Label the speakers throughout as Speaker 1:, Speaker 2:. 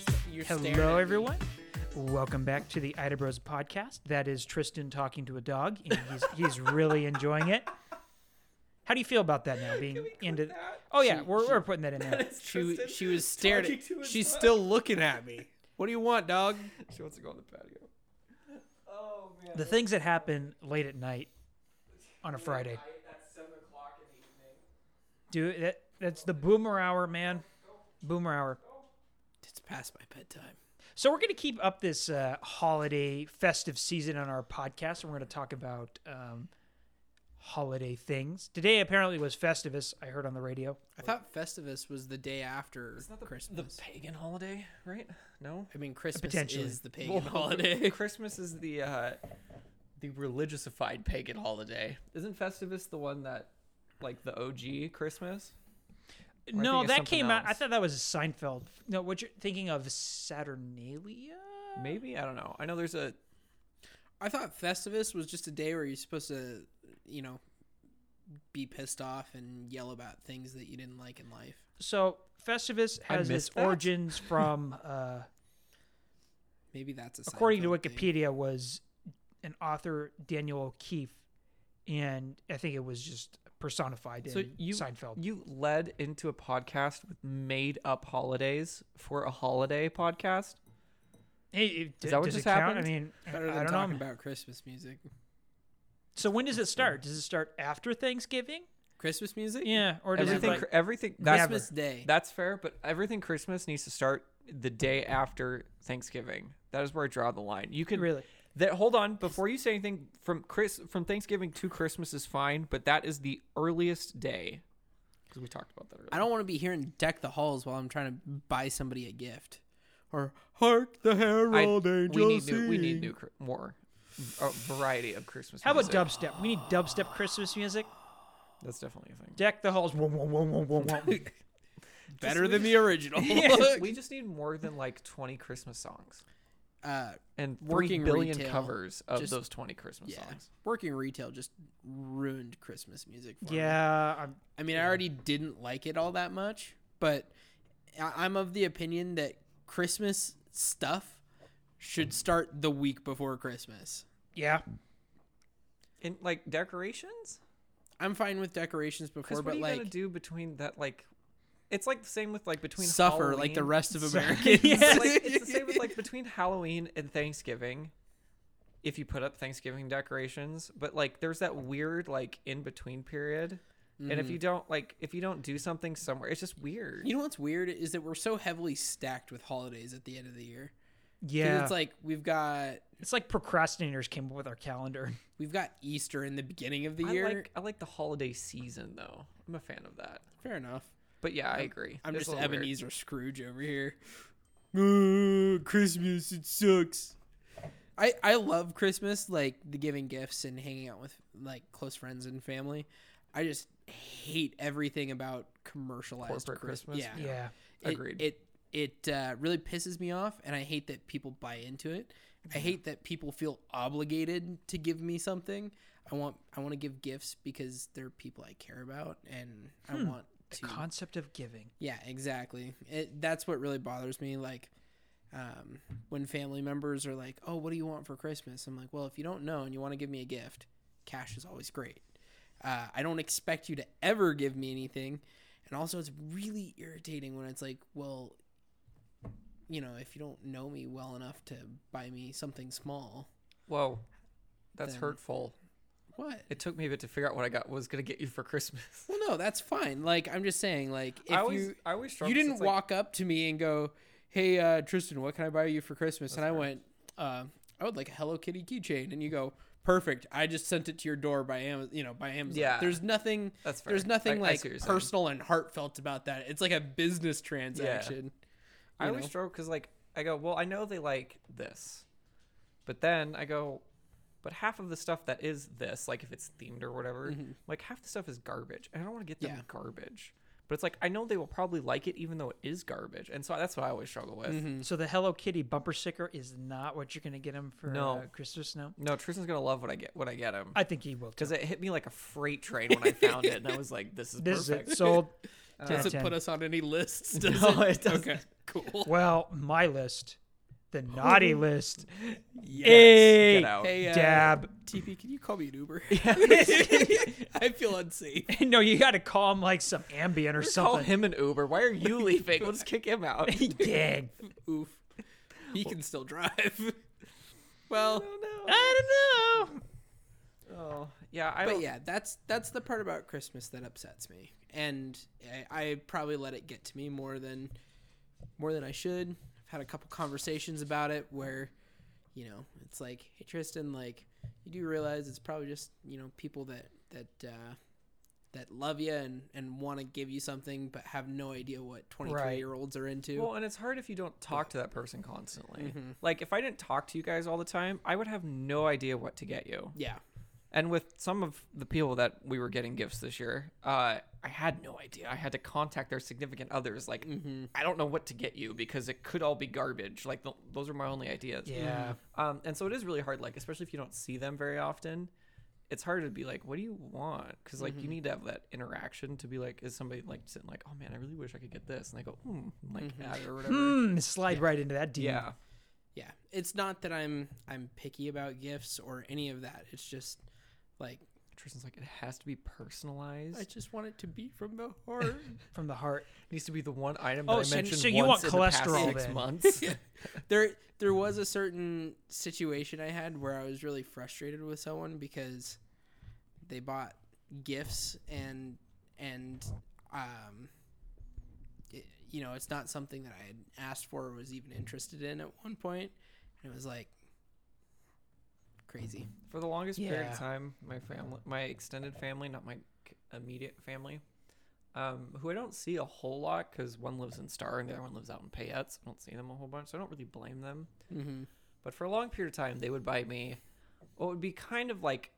Speaker 1: staring
Speaker 2: Hello,
Speaker 1: at me.
Speaker 2: everyone. Welcome back to the Ida Bros podcast. That is Tristan talking to a dog, and he's, he's really enjoying it. How do you feel about that now? Being into
Speaker 3: that?
Speaker 2: oh yeah,
Speaker 1: She-
Speaker 2: we're,
Speaker 1: she-
Speaker 2: we're putting that in there.
Speaker 3: That is
Speaker 1: She
Speaker 3: Tristan
Speaker 1: she was stared at.
Speaker 3: talking to his
Speaker 1: She's
Speaker 3: dog.
Speaker 1: still looking at me. What do you want, dog?
Speaker 3: She wants to go on the patio. Oh man.
Speaker 2: the things that happen late at night on a Friday,
Speaker 3: That's seven o'clock in the evening.
Speaker 2: dude. That that's the boomer hour, man. Boomer hour.
Speaker 1: It's past my bedtime.
Speaker 2: So we're going to keep up this uh, holiday festive season on our podcast, and we're going to talk about um, holiday things. Today apparently was Festivus. I heard on the radio.
Speaker 1: I thought Festivus was the day after
Speaker 3: It's not the
Speaker 1: Christmas.
Speaker 3: the pagan holiday, right? No.
Speaker 1: I mean, Christmas
Speaker 2: Potentially.
Speaker 1: is the pagan
Speaker 3: Well,
Speaker 1: holiday.
Speaker 3: Christmas is the uh, the religiousified pagan holiday. Isn't Festivus the one that, like, the OG Christmas? Or I think
Speaker 2: no,
Speaker 3: it's
Speaker 2: that
Speaker 3: something
Speaker 2: came out. I
Speaker 3: else.
Speaker 2: thought that was a Seinfeld. No, what you're thinking of Saturnalia?
Speaker 3: Maybe I don't know. I know there's a
Speaker 1: I thought Festivus was just a day where you're supposed to, you know, be pissed off and yell about things that you didn't like in life.
Speaker 2: So Festivus
Speaker 3: I
Speaker 2: has its
Speaker 3: missed that.
Speaker 2: origins from, uh,
Speaker 1: Maybe that's a
Speaker 2: according to
Speaker 1: Seinfeld thing.
Speaker 2: Wikipedia, was an author Daniel O'Keefe, and I think it was just personified
Speaker 3: so
Speaker 2: in
Speaker 3: you
Speaker 2: Seinfeld.
Speaker 3: you led into a podcast with made up holidays for a holiday podcast.
Speaker 2: Hey, it-
Speaker 3: Is that what
Speaker 2: does
Speaker 3: just
Speaker 2: it count? I
Speaker 3: happened?
Speaker 2: mean, I-
Speaker 1: Better than
Speaker 2: I don't know.
Speaker 1: talking about Christmas music.
Speaker 2: So when does it start? Does it start after Thanksgiving?
Speaker 1: Christmas music?
Speaker 2: Yeah, or does
Speaker 3: everything
Speaker 2: it like,
Speaker 3: everything that's
Speaker 1: Christmas Day.
Speaker 3: That's fair, but everything Christmas needs to start the day after Thanksgiving. That is where I draw the line. You can
Speaker 2: Really?
Speaker 3: that hold on before you say anything from Chris from Thanksgiving to Christmas is fine, but that is the earliest day because we talked about that. Earlier.
Speaker 1: I don't want to be hearing deck the halls while I'm trying to buy somebody a gift. Or hark the herald
Speaker 3: I-
Speaker 1: angels
Speaker 3: we need new, we
Speaker 1: sing.
Speaker 3: need new cr- more a variety of Christmas.
Speaker 2: how about
Speaker 3: music.
Speaker 2: dubstep? We need dubstep Christmas music.
Speaker 3: That's definitely a thing.
Speaker 2: Deck the halls. Whoa, whoa, whoa, whoa, whoa, whoa.
Speaker 1: Better than the original.
Speaker 3: we just need more than like twenty Christmas songs
Speaker 1: uh,
Speaker 3: and
Speaker 1: Working
Speaker 3: three billion
Speaker 1: retail,
Speaker 3: covers of
Speaker 1: just-
Speaker 3: those twenty Christmas
Speaker 1: yeah.
Speaker 3: songs.
Speaker 1: Working retail just ruined Christmas music for me.
Speaker 2: Yeah, I'm,
Speaker 1: I mean, I already didn't like it all that much, but I- I'm of the opinion that Christmas stuff
Speaker 3: Mm.
Speaker 1: should start the week before Christmas.
Speaker 2: yeah.
Speaker 3: And like decorations.
Speaker 1: I'm fine with decorations
Speaker 3: Because
Speaker 1: before, but
Speaker 3: what are you gonna
Speaker 1: like
Speaker 3: do between that? Like, it's like the same with like between
Speaker 1: suffer like the
Speaker 3: Halloween-
Speaker 1: rest of
Speaker 2: Suffer.
Speaker 1: Americans.
Speaker 2: Yeah.
Speaker 3: It's, like, it's the same with like between Halloween and Thanksgiving. If you put up Thanksgiving decorations, but like there's that weird like in between period, and if you don't like if you don't do something somewhere, it's just weird.
Speaker 1: Mm. You know what's weird is that we're so heavily stacked with holidays at the end of the year. 'Cause
Speaker 2: Yeah.
Speaker 1: It's like we've got
Speaker 2: It's like procrastinators came up with our calendar.
Speaker 1: we've got Easter in the beginning of the
Speaker 3: I
Speaker 1: year.
Speaker 3: like I like the holiday season though. I'm a fan of that.
Speaker 1: Fair enough.
Speaker 3: But yeah, I agree.
Speaker 1: I'm
Speaker 3: It's a
Speaker 1: just
Speaker 3: little weird.
Speaker 1: Ebenezer Scrooge over here. Uh, Christmas, it sucks. I I love Christmas, like the giving gifts and hanging out with like close friends and family. I just hate everything about commercialized
Speaker 3: Corporate
Speaker 1: Chris-
Speaker 3: Christmas?
Speaker 1: Yeah,
Speaker 2: Yeah.
Speaker 1: It-
Speaker 3: Agreed.
Speaker 1: It it uh, really pisses me off, and I hate that people buy into it. I hate that people feel obligated to give me something. I want I want to give gifts because they're people I care about, and I want to.
Speaker 2: The concept of giving.
Speaker 1: yeah, exactly. It, that's what really bothers me. Like um, when family members are like, "Oh, what do you want for Christmas?" I'm like, "Well, if you don't know and you want to give me a gift, cash is always great. Uh, I don't expect you to ever give me anything." And also, it's really irritating when it's like, "Well, you know, if you don't know me well enough to buy me something small,
Speaker 3: Whoa, that's
Speaker 1: Then-
Speaker 3: hurtful.
Speaker 1: what?"
Speaker 3: It took me a bit to figure out what I got was gonna get you for Christmas.
Speaker 1: Well, no, that's fine. Like I'm just saying, like if
Speaker 3: I always
Speaker 1: you
Speaker 3: I always struggle
Speaker 1: you
Speaker 3: since,
Speaker 1: didn't
Speaker 3: like,
Speaker 1: walk up to me and go, "Hey, uh, Tristan, what can I buy you for Christmas?" and I went, uh, "I would like a Hello Kitty keychain," and you go, "Perfect. I just sent it to your door by Amazon. You know, by Amazon.
Speaker 3: Yeah.
Speaker 1: There's nothing.
Speaker 3: That's fair.
Speaker 1: There's nothing
Speaker 3: I- I
Speaker 1: like
Speaker 3: see what you're saying.
Speaker 1: personal and heartfelt about that. It's like a business transaction.
Speaker 3: I
Speaker 1: you
Speaker 3: always
Speaker 1: know?
Speaker 3: struggle because like I go, well, I know they like this, but then I go, but half of the stuff that is this, like if it's themed or whatever, like half the stuff is garbage, and I don't want to get them
Speaker 1: Yeah.
Speaker 3: garbage. But it's like I know they will probably like it, even though it is garbage, and so that's what I always struggle with.
Speaker 2: So the Hello Kitty bumper sticker is not what you're going to get him for
Speaker 3: No.
Speaker 2: uh, Christmas now?
Speaker 3: No, Tristan's gonna love what I get when I get him
Speaker 2: I think he will. too.
Speaker 3: because it hit me like a freight train when I found it, and I was like, this is
Speaker 2: This
Speaker 3: perfect.
Speaker 2: is it. Sold. 10,
Speaker 1: Does it
Speaker 2: 10.
Speaker 1: put us on any lists?
Speaker 3: No,
Speaker 1: Does it?
Speaker 3: it doesn't.
Speaker 1: Okay. cool.
Speaker 2: Well, my list, the naughty list,
Speaker 3: Yes.
Speaker 2: Hey.
Speaker 3: Get out.
Speaker 1: Hey, uh,
Speaker 2: dab.
Speaker 1: TP, can you call me an Uber?
Speaker 2: Yeah.
Speaker 1: I feel unsafe.
Speaker 2: no, you got to call him like some ambient or
Speaker 3: Call
Speaker 2: something.
Speaker 3: him an Uber. Why are you leaving? Let's kick him out.
Speaker 2: Dang.
Speaker 1: Oof. He can still drive. Well,
Speaker 2: I don't know.
Speaker 3: Oh, yeah. I
Speaker 1: but
Speaker 3: don't.
Speaker 1: yeah, that's that's the part about Christmas that upsets me, and I, I probably let it get to me more than more than I should. I've had a couple conversations about it where, you know, it's like, hey Tristan, like you do realize it's probably just you know people that that uh, that love you and and want to give you something, but have no idea what twenty three
Speaker 2: Right.
Speaker 1: year olds are into.
Speaker 3: Well, and it's hard if you don't talk to that person constantly. Like, if I didn't talk to you guys all the time, I would have no idea what to get you.
Speaker 1: yeah,
Speaker 3: And with some of the people that we were getting gifts this year, uh, I had no idea. I had to contact their significant others. Like,
Speaker 2: Mm-hmm.
Speaker 3: I don't know what to get you because it could all be garbage. Like, th- those are my only ideas.
Speaker 2: Yeah.
Speaker 3: Um, and so it is really hard, like, especially if you don't see them very often. It's hard to be like, what do you want? Because, like,
Speaker 2: Mm-hmm.
Speaker 3: you need to have that interaction to be like, is somebody like sitting, like, oh man, I really wish I could get this. And they go, hmm, and, like,
Speaker 2: Mm-hmm.
Speaker 3: add or whatever.
Speaker 2: Mm, slide right into that deep.
Speaker 3: Yeah.
Speaker 1: yeah it's not that i'm i'm picky about gifts or any of that it's just like
Speaker 3: Tristan's like, it has to be personalized.
Speaker 1: i just want it to be from the heart
Speaker 2: From the heart.
Speaker 3: needs to be the one item that
Speaker 2: Oh,
Speaker 3: I
Speaker 2: so-
Speaker 3: mentioned
Speaker 2: so you
Speaker 3: once
Speaker 2: want
Speaker 3: in the past
Speaker 2: cholesterol
Speaker 3: six
Speaker 2: then.
Speaker 3: months.
Speaker 1: there there was a certain situation i had where i was really frustrated with someone because they bought gifts and and um it, you know it's not something that i had asked for or was even interested in at one point and it was like crazy
Speaker 3: For the longest period
Speaker 2: Yeah.
Speaker 3: of time, my family, my extended family, not my c- immediate family, um, who I don't see a whole lot because one lives in Star and the other one lives out in Payette. so I don't see them a whole bunch, so I don't really blame them.
Speaker 1: mm-hmm.
Speaker 3: But for a long period of time, they would buy me what would be kind of like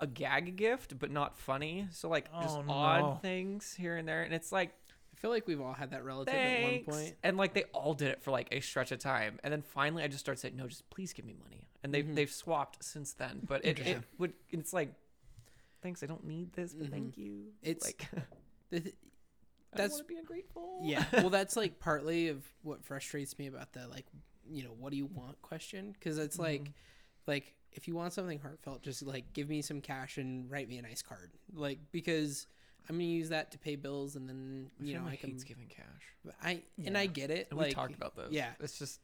Speaker 3: a gag gift, but not funny. So like just
Speaker 2: Oh, no.
Speaker 3: odd things here and there, and it's like
Speaker 1: i feel like we've all had that relative at
Speaker 3: Thanks.
Speaker 1: one point
Speaker 3: And like they all did it for like a stretch of time, and then finally I just started saying, "No, just please give me money." And they they've swapped since then, but it, it
Speaker 1: Mm-hmm. Interesting.
Speaker 3: would it's like, thanks, I don't need this, but thank you.
Speaker 1: Mm-hmm. It's-
Speaker 3: like
Speaker 1: The th-
Speaker 3: that's
Speaker 1: that's-
Speaker 3: want to be ungrateful.
Speaker 1: yeah well that's like partly of what frustrates me about the like you know what do you want question because it's
Speaker 3: Mm-hmm.
Speaker 1: like like if you want something heartfelt just like give me some cash and write me a nice card like because i'm gonna use that to pay bills and then
Speaker 3: My
Speaker 1: you know
Speaker 3: family
Speaker 1: i can
Speaker 3: hates giving cash.
Speaker 1: i and i get it
Speaker 3: And
Speaker 1: like
Speaker 3: we talked about this.
Speaker 1: yeah
Speaker 3: it's just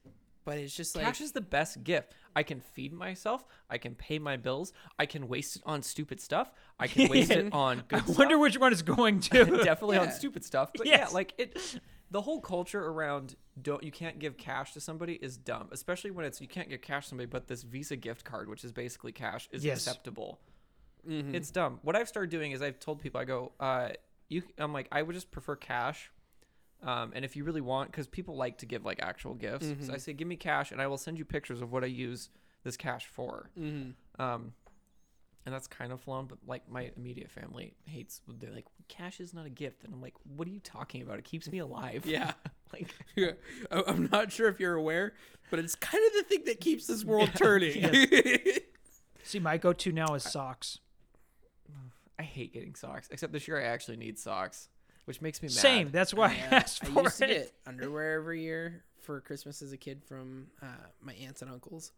Speaker 1: but it's just like
Speaker 3: cash is the best gift. I can feed myself. I can pay my bills. I can waste it on stupid stuff. I can waste it on good.
Speaker 2: I wonder which one is going to.
Speaker 3: definitely on
Speaker 1: Yeah.
Speaker 3: stupid stuff. But
Speaker 2: Yes.
Speaker 3: yeah, like it, the whole culture around don't you can't give cash to somebody is dumb, especially when it's you can't give cash to somebody, but this Visa gift card, which is basically cash, is
Speaker 2: Yes. Mm-hmm.
Speaker 3: acceptable. It's dumb. What I've started doing is I've told people I go, uh, you, I'm like I would just prefer cash. Um, and if you really want, because people like to give like actual gifts,
Speaker 2: Mm-hmm.
Speaker 3: so I say, give me cash, and I will send you pictures of what I use this cash for.
Speaker 2: Mm-hmm.
Speaker 3: Um, and that's kind of flown, but like my immediate family hates. They're like, cash is not a gift, and I'm like, what are you talking about? It keeps me alive.
Speaker 1: yeah
Speaker 3: like
Speaker 1: I- i'm not sure if you're aware but it's kind of the thing that keeps this world turning
Speaker 2: See, my go to now is socks.
Speaker 3: I hate getting socks. Except this year, I actually need socks, which makes me mad.
Speaker 2: Same. That's why I
Speaker 1: Yeah,
Speaker 2: asked
Speaker 1: I
Speaker 2: for
Speaker 1: used to
Speaker 2: it.
Speaker 1: get underwear every year for Christmas as a kid from uh, my aunts and uncles,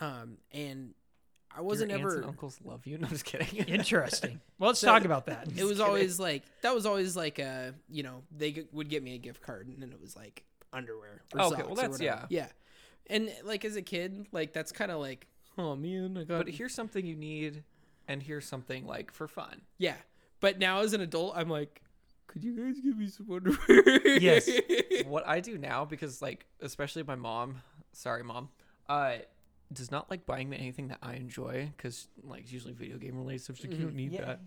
Speaker 1: um, and I
Speaker 3: Was
Speaker 1: wasn't
Speaker 3: Mm-hmm. Your aunts
Speaker 1: ever.
Speaker 3: and uncles love you? No, I'm just kidding.
Speaker 2: Interesting. Well, let's talk about that.
Speaker 1: It was always like that was always like a you know they g- would get me a gift card and then it was like underwear. Or
Speaker 3: Oh,
Speaker 1: socks
Speaker 3: okay, well,
Speaker 1: or
Speaker 3: that's-
Speaker 1: whatever. yeah, and like as a kid, like that's kind of like oh man, I got
Speaker 3: but here's something you need, and here's something like for fun.
Speaker 1: yeah. But now as an adult, I'm like, could you guys give me some underwear?
Speaker 2: Yes.
Speaker 3: what I do now, because like especially my mom, sorry mom, uh, does not like buying me anything that I enjoy because like it's usually video game related, so she can't need
Speaker 2: Yeah.
Speaker 3: that.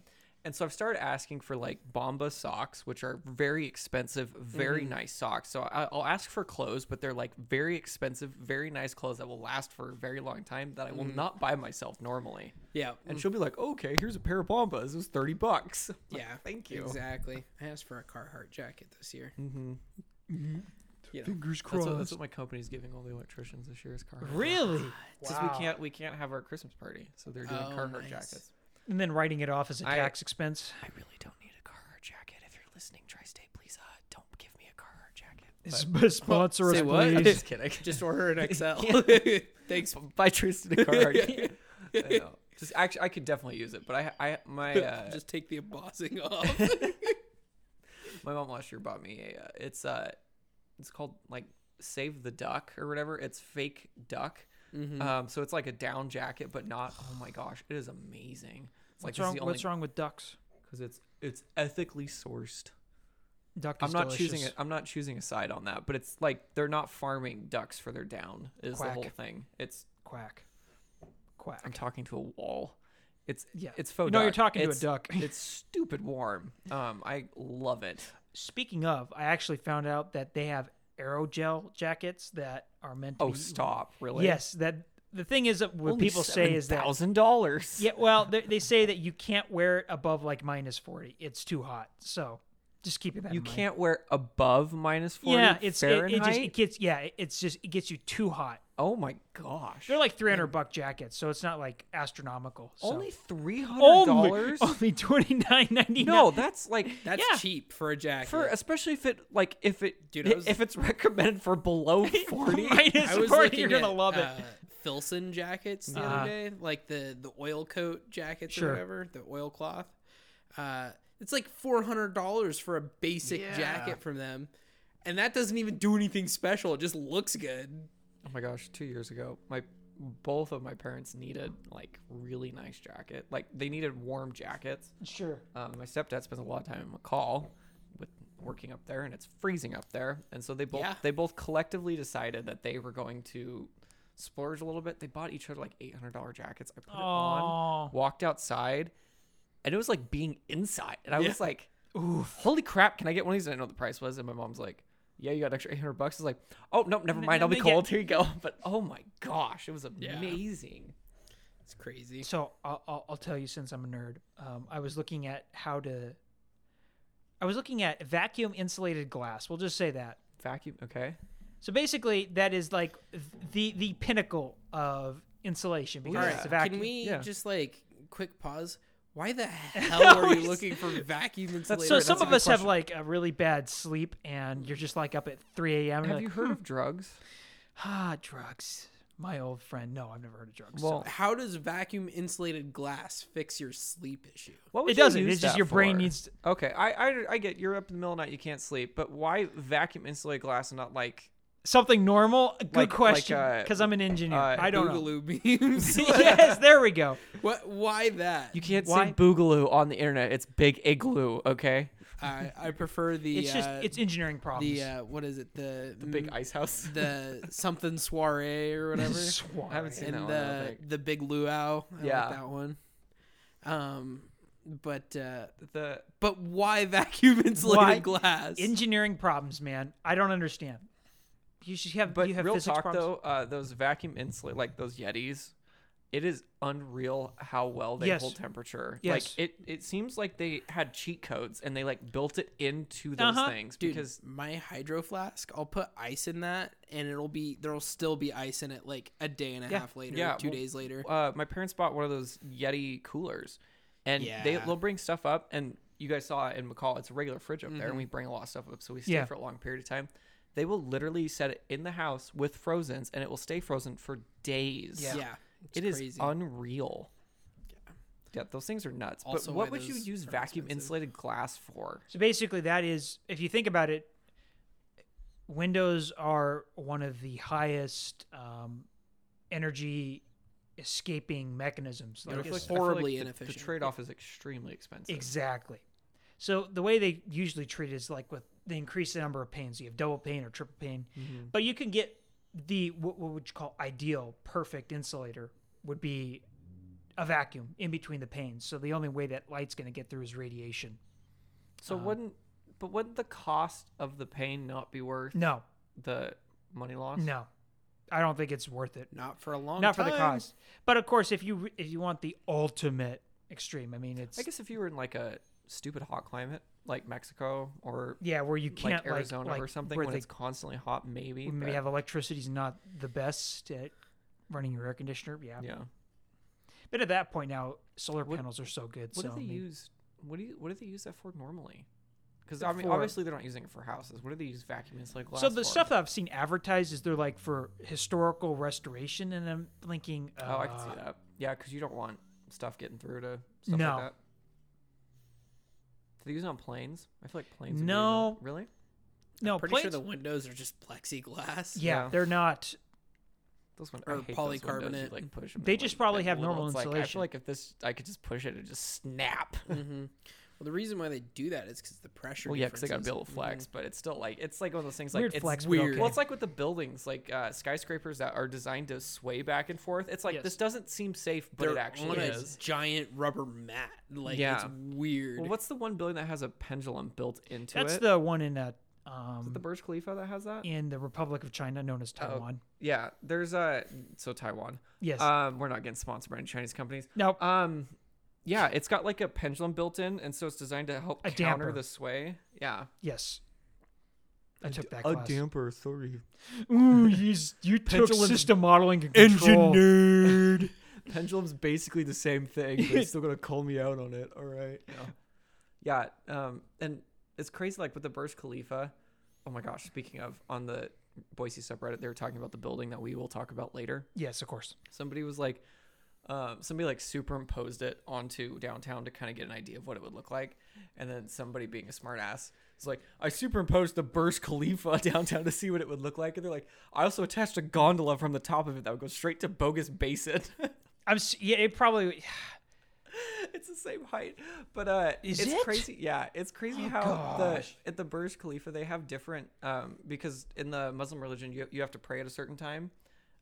Speaker 3: And so I've started asking for like Bomba socks, which are very expensive, very nice socks. So I, I'll ask for clothes, but they're like very expensive, very nice clothes that will last for a very long time that I will not buy myself normally.
Speaker 1: yeah,
Speaker 3: And she'll be like, "Okay, here's a pair of Bombas. It was thirty bucks." I'm like,
Speaker 1: yeah.
Speaker 3: thank you.
Speaker 1: Exactly. I asked for a Carhartt jacket this year.
Speaker 2: Fingers
Speaker 3: That's what, that's what my company's giving all the electricians this year is car.
Speaker 2: Really?
Speaker 3: Because
Speaker 2: Wow.
Speaker 3: we can't we can't have our Christmas party, so they're doing
Speaker 1: Oh,
Speaker 3: Carhartt
Speaker 1: nice.
Speaker 3: jackets.
Speaker 2: And then writing it off as a
Speaker 3: I-
Speaker 2: tax expense.
Speaker 3: I really don't need a Carhartt jacket. If you're listening, Tri-State, please uh, don't give me a Carhartt jacket.
Speaker 2: Sp- Sponsor us,
Speaker 1: Say what?
Speaker 3: I'm
Speaker 2: please.
Speaker 3: just kidding.
Speaker 1: Just order an XL. Thanks.
Speaker 3: by Tristan and Carhartt.
Speaker 1: Yeah.
Speaker 3: I know. Just actually, I could definitely use it, but I, I, my, uh,
Speaker 1: Just take the embossing off.
Speaker 3: my mom last year bought me a. uh, It's uh, it's called like Save the Duck or whatever. It's fake duck.
Speaker 2: Mm-hmm.
Speaker 3: Um, so it's like a down jacket, but not. Oh my gosh, it is amazing. It's like
Speaker 2: What's
Speaker 3: this
Speaker 2: wrong?
Speaker 3: is the
Speaker 2: What's
Speaker 3: only
Speaker 2: wrong with ducks?
Speaker 3: because it's it's ethically sourced.
Speaker 2: Duck
Speaker 3: I'm
Speaker 2: is
Speaker 3: not
Speaker 2: delicious.
Speaker 3: choosing it. I'm not choosing a side on that, but it's like they're not farming ducks for their down. Is the
Speaker 2: Quack.
Speaker 3: whole thing? It's
Speaker 2: Quack,
Speaker 3: I'm
Speaker 2: quack.
Speaker 3: talking to a wall. It's
Speaker 2: Yeah.
Speaker 3: it's faux.
Speaker 2: No, you're
Speaker 3: duck.
Speaker 2: talking
Speaker 3: It's-
Speaker 2: to a duck.
Speaker 3: it's stupid warm. Um, I love it.
Speaker 2: Speaking of, I actually found out that they have aerogel jackets that are meant to
Speaker 3: Oh,
Speaker 2: be
Speaker 3: stop! Really?
Speaker 2: Yes, that the thing is that what people say is that
Speaker 3: thousand dollars.
Speaker 2: yeah, well, they, they say that you can't wear it above like minus forty. It's too hot. So just keep it that
Speaker 3: you
Speaker 2: in mind.
Speaker 3: can't wear above minus forty.
Speaker 2: Yeah, it's it-
Speaker 3: Fahrenheit.
Speaker 2: It, just it gets yeah, it- it's just it gets you too hot.
Speaker 3: oh my gosh!
Speaker 2: They're like three hundred buck jackets, so it's not like astronomical. So. Oh
Speaker 3: only three hundred
Speaker 2: only
Speaker 3: dollars.
Speaker 2: only twenty nine ninety nine.
Speaker 3: No, that's like
Speaker 1: That's
Speaker 2: oh Yeah.
Speaker 1: cheap for a jacket.
Speaker 3: for especially if it like if it
Speaker 1: Dude, I was-
Speaker 3: if it's recommended for below forty.
Speaker 1: I was
Speaker 2: forty. You're
Speaker 1: looking
Speaker 2: gonna
Speaker 1: at,
Speaker 2: love it.
Speaker 1: Uh, Filson jackets the
Speaker 2: Uh-huh.
Speaker 1: other day, like the the oil coat jackets
Speaker 2: Sure.
Speaker 1: or whatever, the oil cloth. Uh, it's like four hundred dollars for a basic
Speaker 2: Yeah.
Speaker 1: jacket from them, and that doesn't even do anything special. It just looks good.
Speaker 3: Oh my gosh, two years ago, my both of my parents needed like really nice jacket. Like they needed warm jackets.
Speaker 2: Sure.
Speaker 3: Um, my stepdad spends a lot of time in McCall with working up there, and it's freezing up there. And so they both
Speaker 1: Yeah.
Speaker 3: they both collectively decided that they were going to splurge a little bit. They bought each other like eight hundred dollar jackets. I put it on,
Speaker 2: Aw.
Speaker 3: walked outside, and it was like being inside. And I
Speaker 1: Yeah.
Speaker 3: was like, holy crap! Can I get one of these?" And I know what the price was, and my mom's like. Yeah, you got an extra 800 bucks. It's like, oh, nope, never
Speaker 2: N-
Speaker 3: mind. I'll be
Speaker 2: then they
Speaker 3: cold. Here you go. But oh my gosh, it was amazing.
Speaker 1: It's crazy.
Speaker 2: So I'll, I'll, I'll tell you since I'm a nerd. Um, I was looking at how to. I was looking at vacuum insulated glass. We'll just say that.
Speaker 3: Vacuum. Okay.
Speaker 2: So basically, that is like th- the the pinnacle of insulation because
Speaker 1: All
Speaker 2: it's
Speaker 1: right,
Speaker 2: a vacuum.
Speaker 1: can we
Speaker 3: Yeah.
Speaker 1: just like quick pause? Why the hell were you looking for vacuum insulators?
Speaker 2: so
Speaker 3: That's
Speaker 2: some
Speaker 3: a
Speaker 2: of
Speaker 3: good
Speaker 2: us have
Speaker 3: question.
Speaker 2: like a really bad sleep, and you're just like up at 3 a.m. and you're
Speaker 3: Have
Speaker 2: like,
Speaker 3: you heard of drugs?
Speaker 2: Ah, drugs. My old friend. No, I've never heard of drugs. so-
Speaker 3: Well,
Speaker 1: how does vacuum insulated glass fix your sleep issue?
Speaker 3: What would
Speaker 2: It
Speaker 3: you
Speaker 2: doesn't.
Speaker 3: use
Speaker 2: It's just
Speaker 3: that
Speaker 2: your brain
Speaker 3: for?
Speaker 2: needs to-
Speaker 3: Okay, I, I I get you're up in the middle of the night, you can't sleep, but why vacuum insulated glass and not like
Speaker 2: something normal. Good
Speaker 3: Like- like,
Speaker 2: question.
Speaker 3: uh,
Speaker 2: Because I'm an engineer.
Speaker 3: uh,
Speaker 2: I don't know.
Speaker 1: Boogaloo beams.
Speaker 2: yes, there we go.
Speaker 1: what? Why that?
Speaker 3: you can't
Speaker 2: Why?
Speaker 3: say boogaloo on the internet? It's big igloo, okay?
Speaker 1: I I prefer the.
Speaker 2: It's just
Speaker 1: uh,
Speaker 2: it's engineering problems.
Speaker 1: the uh, what is it? The the
Speaker 3: Big ice house.
Speaker 1: the something soiree or whatever,
Speaker 2: Swan.
Speaker 3: I haven't seen
Speaker 1: and
Speaker 3: that one. I don't
Speaker 1: the
Speaker 3: think.
Speaker 1: the big luau. I
Speaker 3: Yeah.
Speaker 1: like that one. Um, but uh,
Speaker 3: The
Speaker 1: but why vacuum insulated
Speaker 2: Why?
Speaker 1: glass?
Speaker 2: engineering problems, man. I don't understand. You should have
Speaker 3: but
Speaker 2: you have
Speaker 3: real
Speaker 2: physics
Speaker 3: talk
Speaker 2: problems.
Speaker 3: though, uh, those vacuum insulate like those Yetis, it is unreal how well they
Speaker 2: Yes.
Speaker 3: hold temperature.
Speaker 2: Yes.
Speaker 3: Like it it seems like they had cheat codes and they like built it into those
Speaker 2: Uh-huh.
Speaker 3: things
Speaker 1: Dude,
Speaker 3: because
Speaker 1: my hydro flask, I'll put ice in that, and it'll be there'll still be ice in it like a day and a
Speaker 2: Yeah.
Speaker 1: half later,
Speaker 3: Yeah,
Speaker 1: two
Speaker 3: well,
Speaker 1: days later.
Speaker 3: uh, my parents bought one of those Yeti coolers, and they
Speaker 1: Yeah.
Speaker 3: they'll bring stuff up. And you guys saw it in McCall; it's a regular fridge up there, and we bring a lot of stuff up, so we stay
Speaker 2: Mm-hmm. Yeah.
Speaker 3: for a long period of time. They will literally set it in the house with frozens, and it will stay frozen for days.
Speaker 1: yeah. it's
Speaker 3: it is
Speaker 1: crazy.
Speaker 3: unreal. Yeah. those things are nuts.
Speaker 1: Also
Speaker 3: but what
Speaker 1: why
Speaker 3: would you
Speaker 1: those
Speaker 3: use
Speaker 1: are
Speaker 3: vacuum
Speaker 1: expensive.
Speaker 3: insulated glass for?
Speaker 2: So basically, that is if you think about it, windows are one of the highest um, energy escaping mechanisms.
Speaker 1: They're
Speaker 2: Like,
Speaker 1: flick-
Speaker 2: it's-
Speaker 1: It's horribly
Speaker 3: the- The,
Speaker 1: inefficient.
Speaker 3: trade-off is extremely expensive.
Speaker 2: Exactly. So the way they usually treat it is like with they increase the number of pains. You have double pain or triple pain, but you can get the what, what would you call ideal perfect insulator would be a vacuum in between the panes. So the only way that light's going to get through is radiation.
Speaker 3: So
Speaker 1: Uh-huh.
Speaker 3: wouldn't but wouldn't the cost of the pain not be worth
Speaker 2: No,
Speaker 3: the money loss?
Speaker 2: no, I don't think it's worth it.
Speaker 1: Not for a long
Speaker 2: Not
Speaker 1: time.
Speaker 2: for the cost, but of course, if you if you want the ultimate extreme, I mean, it's
Speaker 3: I guess if you were in like a stupid hot climate, like Mexico or
Speaker 2: yeah, where you
Speaker 3: like
Speaker 2: can't like
Speaker 3: Arizona
Speaker 2: like,
Speaker 3: or something,
Speaker 2: where
Speaker 3: when
Speaker 2: they
Speaker 3: it's constantly hot, maybe.
Speaker 2: We maybe
Speaker 3: but-
Speaker 2: have electricity's not the best at running your air conditioner. Yeah.
Speaker 3: yeah.
Speaker 2: But at that point now, solar
Speaker 3: What-
Speaker 2: panels are so good.
Speaker 3: What
Speaker 2: so
Speaker 3: do they
Speaker 2: I mean,
Speaker 3: use? What do you? What do they use that for normally? Because I mean,
Speaker 2: For-
Speaker 3: obviously they're not using it for houses. What do they use vacuum insulated glass?
Speaker 2: so the
Speaker 3: for?
Speaker 2: stuff that I've seen advertised is they're like for historical restoration, and I'm thinking, uh,
Speaker 3: Oh, I can see that. Yeah, because you don't want stuff getting through to stuff
Speaker 2: No.
Speaker 3: like that. Do they use it on planes? I feel like planes. would be in
Speaker 2: No.
Speaker 3: it. really?
Speaker 2: No,
Speaker 1: Pretty sure
Speaker 2: planes.
Speaker 1: the windows are just plexiglass.
Speaker 2: yeah,
Speaker 3: yeah.
Speaker 2: they're not.
Speaker 3: Those one
Speaker 1: Or
Speaker 3: I hate those windows
Speaker 1: polycarbonate.
Speaker 3: you, like push 'em
Speaker 2: They
Speaker 3: and,
Speaker 2: just
Speaker 3: like,
Speaker 2: probably
Speaker 3: that
Speaker 2: have
Speaker 3: little-
Speaker 2: normal
Speaker 3: it's like, I
Speaker 2: insulation.
Speaker 3: feel like if this, I could just push it and just snap.
Speaker 1: hmm Well, the reason why they do that is because the pressure.
Speaker 3: well, yeah, because they got to be able to
Speaker 1: differences.
Speaker 3: flex, but it's still like it's like one of those things like
Speaker 2: Weird
Speaker 3: it's
Speaker 2: flex, but
Speaker 1: weird.
Speaker 2: okay.
Speaker 3: Well, it's like with the buildings, like uh, skyscrapers that are designed to sway back and forth. It's like
Speaker 2: Yes.
Speaker 3: this doesn't seem safe, but
Speaker 1: They're
Speaker 3: it
Speaker 1: on
Speaker 3: actually
Speaker 1: a
Speaker 3: is.
Speaker 1: giant rubber mat. Like it's
Speaker 3: Yeah.
Speaker 1: weird.
Speaker 3: Well, what's the one building that has a pendulum built into
Speaker 2: That's
Speaker 3: it?
Speaker 2: the one in uh, um,
Speaker 3: Is it the Oh. Burj Khalifa that has that?
Speaker 2: in the Republic of China, known as Taiwan.
Speaker 3: Yeah, there's a so Taiwan.
Speaker 2: Yes.
Speaker 3: Um, we're not getting sponsored by any Chinese companies.
Speaker 2: now,
Speaker 3: Um, yeah, it's got like a pendulum built in, and so it's designed to help
Speaker 2: A
Speaker 3: counter
Speaker 2: damper.
Speaker 3: the sway. Yeah,
Speaker 2: yes, I took that class.
Speaker 3: damper. Sorry,
Speaker 2: Ooh, you, you took
Speaker 3: Pendulum-
Speaker 2: system modeling and control.
Speaker 3: nerd. Pendulum's basically the same thing, but it's still gonna call me out on it. All right. Yeah. yeah um, and it's crazy, like with the Burj Khalifa. Oh my gosh! Speaking of, on the Boise subreddit, they were talking about the building that we will talk about later.
Speaker 2: Yes, of course.
Speaker 3: somebody was like um, somebody like superimposed it onto downtown to kind of get an idea of what it would look like and then somebody being a smartass is like i superimposed the burj khalifa downtown to see what it would look like and they're like i also attached a gondola from the top of it that would go straight to bogus basin
Speaker 2: I'm. s- Yeah, it probably.
Speaker 3: it's the same height but uh
Speaker 2: Is
Speaker 3: it's
Speaker 2: it?
Speaker 3: crazy yeah it's crazy
Speaker 2: Oh,
Speaker 3: how
Speaker 2: gosh.
Speaker 3: the at the burj khalifa they have different um because in the muslim religion you, you have to pray at a certain time